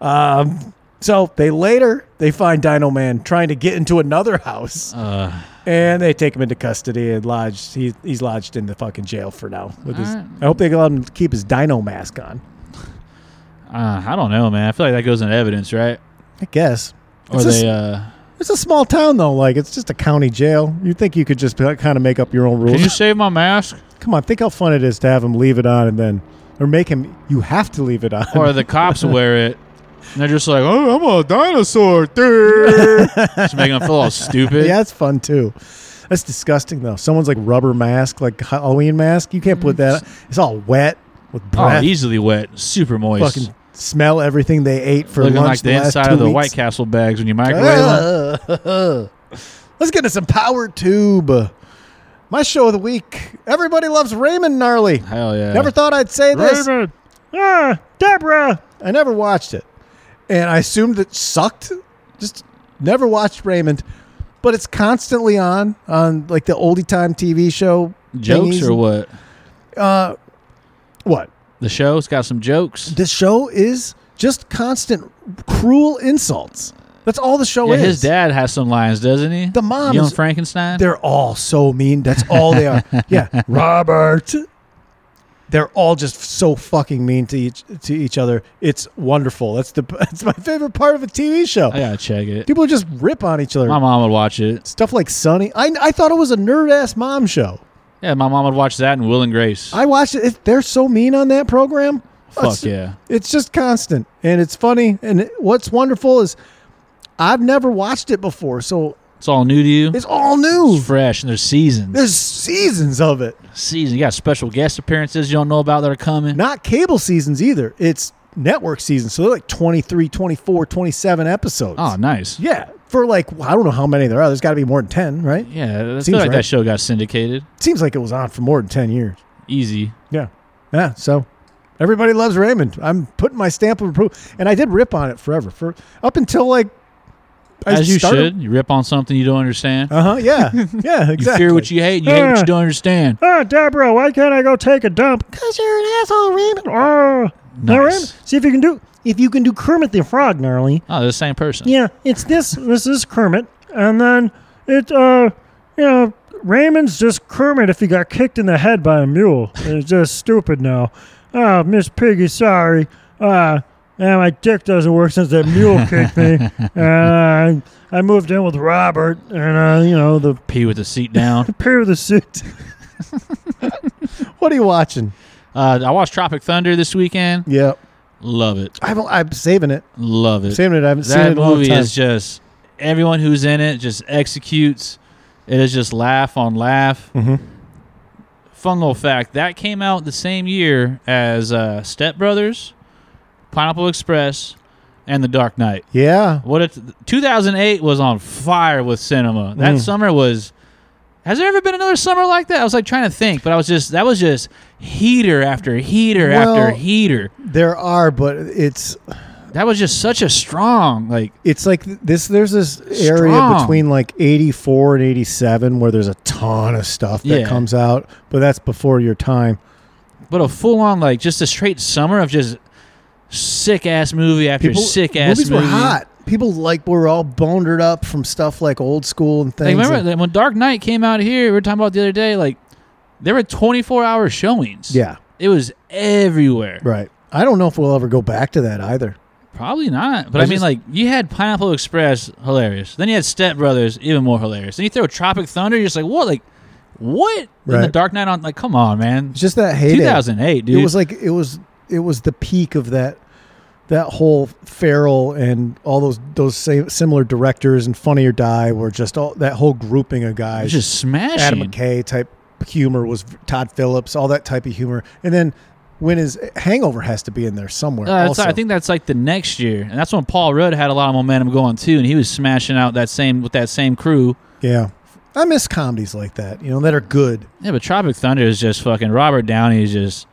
Speaker 1: Um, so they later they find Dino Man trying to get into another house,
Speaker 3: Uh,
Speaker 1: and they take him into custody and lodged. He, he's lodged in the fucking jail for now. With his,
Speaker 3: Alright.
Speaker 1: I hope they allow him to keep his Dino mask on.
Speaker 3: uh, I don't know, man. I feel like that goes in evidence, right?
Speaker 1: I guess.
Speaker 3: Or
Speaker 1: It's a,
Speaker 3: they, uh,
Speaker 1: it's a small town though. Like it's just a county jail. You think you could just kind of make up your own rules?
Speaker 3: can you save my mask?
Speaker 1: Come on, think how fun it is to have him leave it on and then, or make him. You have to leave it on.
Speaker 3: Or the cops wear it. And they're just like, oh, I'm a dinosaur. dude." just making them feel all stupid.
Speaker 1: Yeah, that's fun too. That's disgusting though. Someone's like rubber mask, like Halloween mask. You can't put that. It's all wet with
Speaker 3: Oh,
Speaker 1: breath.
Speaker 3: easily wet, super moist.
Speaker 1: fucking smell everything they ate for
Speaker 3: Looking
Speaker 1: lunch
Speaker 3: like the
Speaker 1: last
Speaker 3: inside
Speaker 1: two
Speaker 3: of the
Speaker 1: weeks. Uh,
Speaker 3: White Castle bags when you microwave them.
Speaker 1: Ugh. Let's get into some power tube. My show of the week. Everybody loves Raymond Gnarly.
Speaker 3: Hell yeah.
Speaker 1: Never thought I'd say this.
Speaker 3: Raymond.
Speaker 1: Ah, Deborah. I never watched it, and I assumed it sucked. Just never watched Raymond. but it's constantly on on like the oldie time TV show.
Speaker 3: Jokes
Speaker 1: thingies.
Speaker 3: or what?
Speaker 1: what?
Speaker 3: The show's got some jokes.
Speaker 1: This show is just constant cruel insults. That's all the show
Speaker 3: Yeah,
Speaker 1: is.
Speaker 3: his dad has some lines, doesn't he?
Speaker 1: The mom
Speaker 3: Young
Speaker 1: is-
Speaker 3: Frankenstein.
Speaker 1: They're all so mean. That's all they are. Yeah, Robert. They're all just so fucking mean to each to each other. It's wonderful. That's the that's my favorite part of a TV show.
Speaker 3: I gotta check it.
Speaker 1: People just rip on each other.
Speaker 3: My mom would watch it.
Speaker 1: Stuff like Sunny. I I thought it was a nerd ass mom show.
Speaker 3: Yeah, my mom would watch that and Will and Grace.
Speaker 1: I watched it. it. They're so mean on that program.
Speaker 3: Fuck
Speaker 1: It's-
Speaker 3: yeah.
Speaker 1: It's just constant and it's funny. And it- what's wonderful is I've never watched it before, so
Speaker 3: It's all new to you.
Speaker 1: it's all new.
Speaker 3: It's fresh and there's seasons.
Speaker 1: There's seasons of it.
Speaker 3: season. You got special guest appearances you don't know about that are coming.
Speaker 1: not cable seasons either. It's network seasons. So they're like 23, 24, 27 episodes.
Speaker 3: Oh, nice.
Speaker 1: yeah. For like, I don't know how many there are. There's got to be more than 10, right?
Speaker 3: Yeah, I
Speaker 1: Seems
Speaker 3: feel like
Speaker 1: right.
Speaker 3: that show got syndicated.
Speaker 1: Seems like it was on for more than 10 years.
Speaker 3: Easy.
Speaker 1: Yeah. Yeah. So everybody loves Raymond. I'm putting my stamp of approval. And I did rip on it forever for up until like,
Speaker 3: As you should. You rip on something you don't understand.
Speaker 1: Uh huh. Yeah. Yeah. Exactly.
Speaker 3: you fear what you hate and you hate what you don't understand.
Speaker 1: Oh, Deborah, why can't I go take a dump? Because you're an asshole, Raymond. Oh,
Speaker 3: Nice. Raymond,
Speaker 1: See if you can do if you can do Kermit the Frog, gnarly.
Speaker 3: Oh, they're the same person.
Speaker 4: Yeah, it's this this is Kermit, and then it uh you know Raymond's just Kermit if he got kicked in the head by a mule. It's just stupid now. Oh, Miss Piggy, sorry. Uh and my dick doesn't work since that mule kicked me. And I, I moved in with Robert, and uh, you know the
Speaker 3: Pee with the seat down.
Speaker 4: pair of the suit.
Speaker 1: What are you watching?
Speaker 3: uh, I watched Tropic Thunder this weekend.
Speaker 1: Yep.
Speaker 3: Love it.
Speaker 1: I'm, I'm saving it.
Speaker 3: Love it.
Speaker 1: Saving it. I haven't seen it
Speaker 3: that
Speaker 1: in a long
Speaker 3: movie
Speaker 1: time.
Speaker 3: is just everyone who's in it just executes. It is just laugh on laugh.
Speaker 1: Mm-hmm.
Speaker 3: Fun little fact that came out the same year as uh, Step Brothers, Pineapple Express, and The Dark Knight.
Speaker 1: yeah.
Speaker 3: What it, 2008 was on fire with cinema.
Speaker 1: Mm-hmm.
Speaker 3: That summer was. Has there ever been another summer like that? I was like trying to think, but I was just that was just heater after heater
Speaker 1: Well-
Speaker 3: after heater.
Speaker 1: There are, but it's
Speaker 3: That was just such a strong like
Speaker 1: it's like this. There's this area
Speaker 3: Strong.
Speaker 1: between like '84 and '87 where there's a ton of stuff that
Speaker 3: Yeah.
Speaker 1: comes out, but that's before your time.
Speaker 3: But a full on like just a straight summer of just sick ass movie after sick ass
Speaker 1: movies
Speaker 3: movie.
Speaker 1: were hot. People like were all bondered up from stuff like old school and
Speaker 3: Like
Speaker 1: things.
Speaker 3: remember
Speaker 1: and-
Speaker 3: that when Dark Knight came out here, we were talking about the other day, like there were twenty four hour showings.
Speaker 1: yeah,
Speaker 3: It was everywhere.
Speaker 1: right. I don't know if we'll ever go back to that either.
Speaker 3: Probably not. But
Speaker 1: I
Speaker 3: I, mean
Speaker 1: just-
Speaker 3: like you had Pineapple Express, hilarious. Then you had Step Brothers, even more hilarious. Then you throw Tropic Thunder, you're just like, what like what? Then the
Speaker 1: Right.
Speaker 3: Dark Knight on like come on, man.
Speaker 1: It's just that heyday.
Speaker 3: Two thousand eight, dude.
Speaker 1: It was like it was it was the peak of that that whole feral and all those those same similar directors and Funny or Die were just all that whole grouping of
Speaker 3: It was
Speaker 1: guys.
Speaker 3: just smashing.
Speaker 1: Adam McKay type humor was Todd Phillips, all that type of humor, and then when his eh, Hangover has to be in there somewhere.
Speaker 3: Uh, it's-
Speaker 1: also.
Speaker 3: I think that's like the next year, and that's when Paul Rudd had a lot of momentum going too, and he was smashing out that same with that same crew.
Speaker 1: yeah. I miss comedies like that, you know, that are good.
Speaker 3: Yeah, but Tropic Thunder is just fucking Robert Downey is just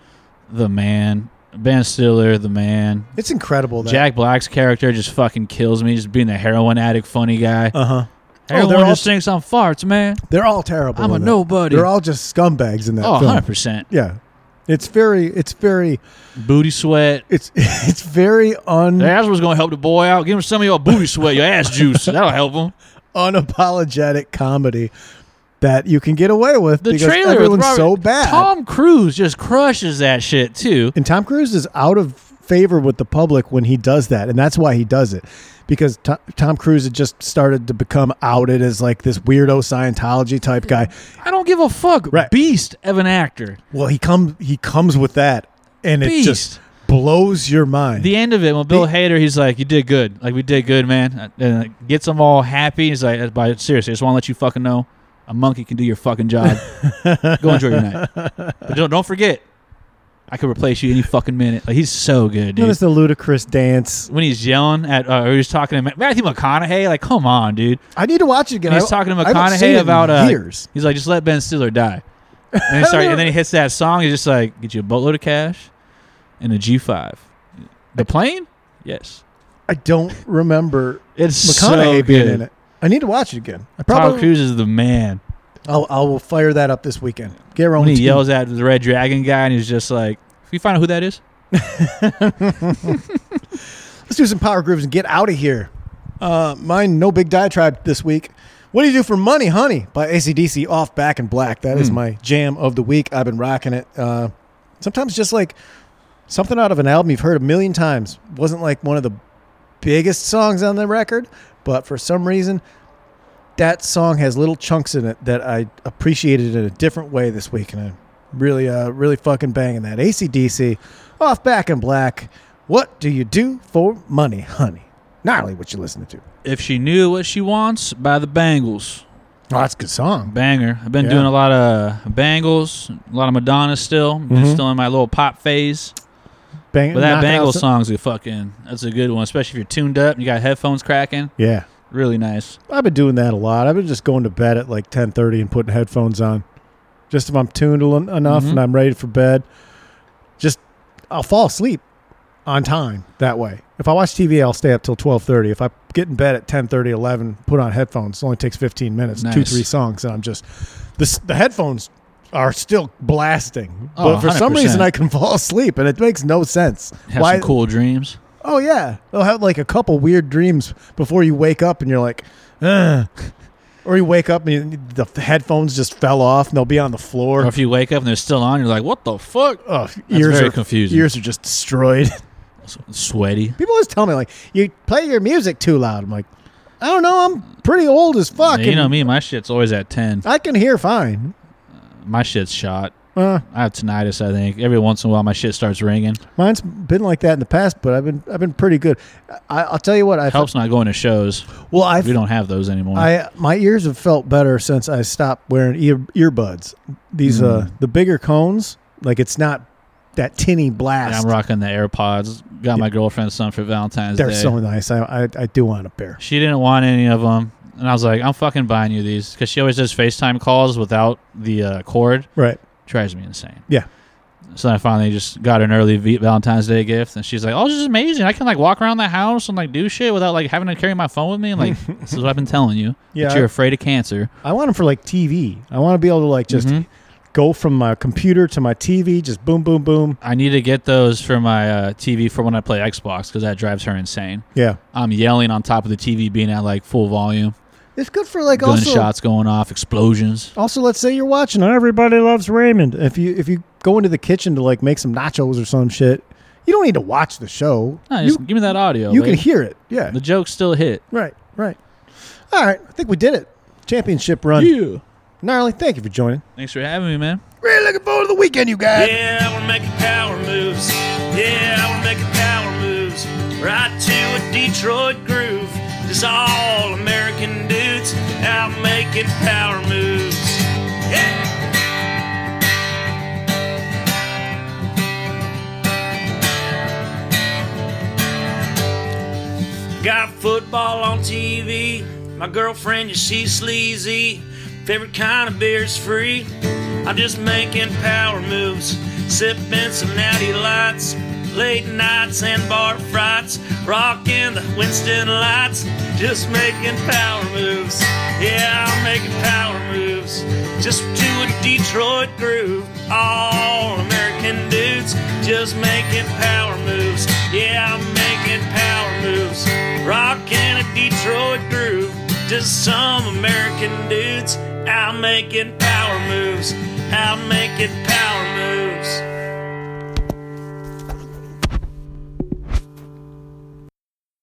Speaker 3: the man. Ben Stiller, the man.
Speaker 1: It's incredible. That,
Speaker 3: Jack Black's character just fucking kills me, just being the heroin addict, funny guy.
Speaker 1: Uh huh. Oh,
Speaker 3: Everyone
Speaker 1: they're all
Speaker 3: just thinks I'm farts, man.
Speaker 1: they're all terrible.
Speaker 3: I'm a
Speaker 1: in that.
Speaker 3: nobody.
Speaker 1: They're all just scumbags in that
Speaker 3: Oh,
Speaker 1: film.
Speaker 3: 100%.
Speaker 1: Yeah, it's very, it's very,
Speaker 3: Booty sweat.
Speaker 1: it's it's very un.
Speaker 3: That's what's going to help the boy out. Give him some of your booty sweat, your ass juice. That'll help him.
Speaker 1: unapologetic comedy that you can get away with
Speaker 3: The
Speaker 1: because
Speaker 3: trailer with
Speaker 1: everyone's
Speaker 3: Robert-
Speaker 1: so bad.
Speaker 3: Tom Cruise just crushes that shit, too.
Speaker 1: and Tom Cruise is out of favor with the public when he does that, and that's why he does it because Tom, Tom Cruise had just started to become outed as like this weirdo Scientology type guy.
Speaker 3: I don't give a fuck.
Speaker 1: Right.
Speaker 3: Beast of an actor.
Speaker 1: Well, he comes he comes with that, and it
Speaker 3: Beast.
Speaker 1: just blows your mind.
Speaker 3: The end of it, when Bill Hader, he's like, "You did good. Like we did good, man." Uh, And like, gets them all happy. He's like, "But seriously, I just want to let you fucking know, a monkey can do your fucking job. Go enjoy your night, but don't, don't forget, I could replace you any fucking minute." Like he's so good, dude.
Speaker 1: Notice the ludicrous dance.
Speaker 3: when he's yelling at, uh, or he's talking to Ma- Matthew McConaughey, like, "Come on, dude."
Speaker 1: I need to watch it again.
Speaker 3: And he's
Speaker 1: I-
Speaker 3: talking to
Speaker 1: I haven't seen it
Speaker 3: McConaughey
Speaker 1: in
Speaker 3: about uh,
Speaker 1: years.
Speaker 3: He's like, just let Ben Stiller die. And then, he start, and then he hits that song. He's just like, get you a boatload of cash and a G five. The plane? Yes.
Speaker 1: I don't remember
Speaker 3: It's so
Speaker 1: McConaughey being
Speaker 3: good.
Speaker 1: in it. I need to watch it again. I
Speaker 3: Tom
Speaker 1: probably
Speaker 3: Cruise is the man.
Speaker 1: I'll, I'll fire that up this weekend. Get her
Speaker 3: When
Speaker 1: own
Speaker 3: he
Speaker 1: team.
Speaker 3: yells at the Red Dragon guy, and he's just like, "If you find out who that is,
Speaker 1: Let's do some power grooves and get out of here. Uh, mine no big diatribe this week. What do you do for money, honey? By ACDC off back and black. That is my jam of the week. I've been rocking it. Uh, sometimes just like something out of an album you've heard a million times. Wasn't like one of the biggest songs on the record, but for some reason, that song has little chunks in it that I appreciated in a different way this week, and I'm really, uh, really fucking banging that. ACDC, off back in black. What do you do for money, honey? Gnarly, what you listening to?
Speaker 3: if she knew what she wants, by the Bangles,
Speaker 1: Oh, that's a good song.
Speaker 3: banger. I've been
Speaker 1: Yeah.
Speaker 3: doing a lot of Bangles, a lot of Madonna still. I'm Still in my little pop phase.
Speaker 1: Bang,
Speaker 3: But that
Speaker 1: Mm-hmm. knock
Speaker 3: Bangles
Speaker 1: out some-
Speaker 3: song's a fucking. That's a good one, especially if you're tuned up and you got headphones cracking.
Speaker 1: Yeah,
Speaker 3: Really nice.
Speaker 1: I've been doing that a lot. I've been just going to bed at like 10:30 and putting headphones on, just if I'm tuned en- enough
Speaker 3: Mm-hmm.
Speaker 1: and I'm ready for bed. Just I'll fall asleep on time that way. If I watch TV, I'll stay up till 12:30. If I get in bed at 10:30, 11, put on headphones. It only takes 15 minutes, two
Speaker 3: Nice.
Speaker 1: three songs, and I'm just the s- the headphones are still blasting.
Speaker 3: Oh,
Speaker 1: but for some reason,
Speaker 3: 100%.
Speaker 1: I can fall asleep, and it makes no sense.
Speaker 3: Have some cool dreams.
Speaker 1: Oh yeah, they'll have like a couple weird dreams before you wake up, and you're like, Ugh. or you wake up and you, the headphones just fell off, and they'll be on the
Speaker 3: Or
Speaker 1: floor.
Speaker 3: if you wake up and they're still on, you're like, "What the fuck?"
Speaker 1: Oh, ears
Speaker 3: very
Speaker 1: are
Speaker 3: confusing.
Speaker 1: Ears are just destroyed.
Speaker 3: Sweaty.
Speaker 1: People always tell me like, you play your music too loud. I'm like, I don't know. I'm pretty old as fuck.
Speaker 3: you
Speaker 1: and
Speaker 3: know me. My shit's always at ten.
Speaker 1: I can hear fine.
Speaker 3: My shit's shot.
Speaker 1: Uh,
Speaker 3: I have tinnitus. I think every once in a while my shit starts ringing.
Speaker 1: mine's been like that in the past, but I've been I've been pretty good. I, I'll tell you what. I
Speaker 3: Helps not going to shows.
Speaker 1: well, I
Speaker 3: We don't have those anymore.
Speaker 1: I my ears have felt better since I stopped wearing ear, earbuds. These uh
Speaker 3: Mm.
Speaker 1: the bigger cones, like it's not that tinny
Speaker 3: Yeah,
Speaker 1: blast.
Speaker 3: I'm rocking the AirPods. Got my girlfriend some for Valentine's
Speaker 1: They're
Speaker 3: Day.
Speaker 1: so nice. I, I I do want a pair.
Speaker 3: she didn't want any of them, and I was like, "I'm fucking buying you these," because she always does FaceTime calls without the uh, cord.
Speaker 1: Right.
Speaker 3: Drives me insane.
Speaker 1: Yeah.
Speaker 3: So I finally just got her an early v- Valentine's Day gift, and she's like, "Oh, this is amazing! I can like walk around the house and like do shit without like having to carry my phone with me." And like, this is what I've been telling you.
Speaker 1: Yeah, I-
Speaker 3: But you're afraid of cancer.
Speaker 1: I want them for like TV. I want to be able to like just
Speaker 3: Mm-hmm.
Speaker 1: go from my computer to my TV, just boom, boom, boom.
Speaker 3: I need to get those for my uh, TV for when I play Xbox because that drives her insane.
Speaker 1: Yeah.
Speaker 3: I'm yelling on top of the TV being at like full volume,
Speaker 1: It's good for like also
Speaker 3: gunshots going off, explosions.
Speaker 1: also let's say you're watching
Speaker 4: Not everybody loves Raymond.
Speaker 1: if you if you go into the kitchen to like make some nachos or some shit, you don't need to watch the show.
Speaker 3: No,
Speaker 1: you
Speaker 3: just give me that audio.
Speaker 1: you
Speaker 3: like,
Speaker 1: can hear it. Yeah.
Speaker 3: the jokes still hit.
Speaker 1: Right, right. All right, I think we did it. Championship run. Gnarly, thank you for joining.
Speaker 3: Thanks for having me, man.
Speaker 1: Really looking forward to the weekend, you guys.
Speaker 2: Yeah, we're making power moves. Yeah, we're making power moves. Right to a Detroit groove. Just all American dudes out making power moves. Yeah. Got football on TV. My girlfriend, yeah, she's sleazy. Favorite kind of beer's free. I'm just making power moves, sipping some natty lights. Late nights and bar fights, rocking the Winston lights, just making power moves. Yeah, I'm making power moves, just to a Detroit groove. All American dudes, just making power moves. Yeah, I'm making power moves, rocking a Detroit groove. Just some American dudes out making power moves, out making power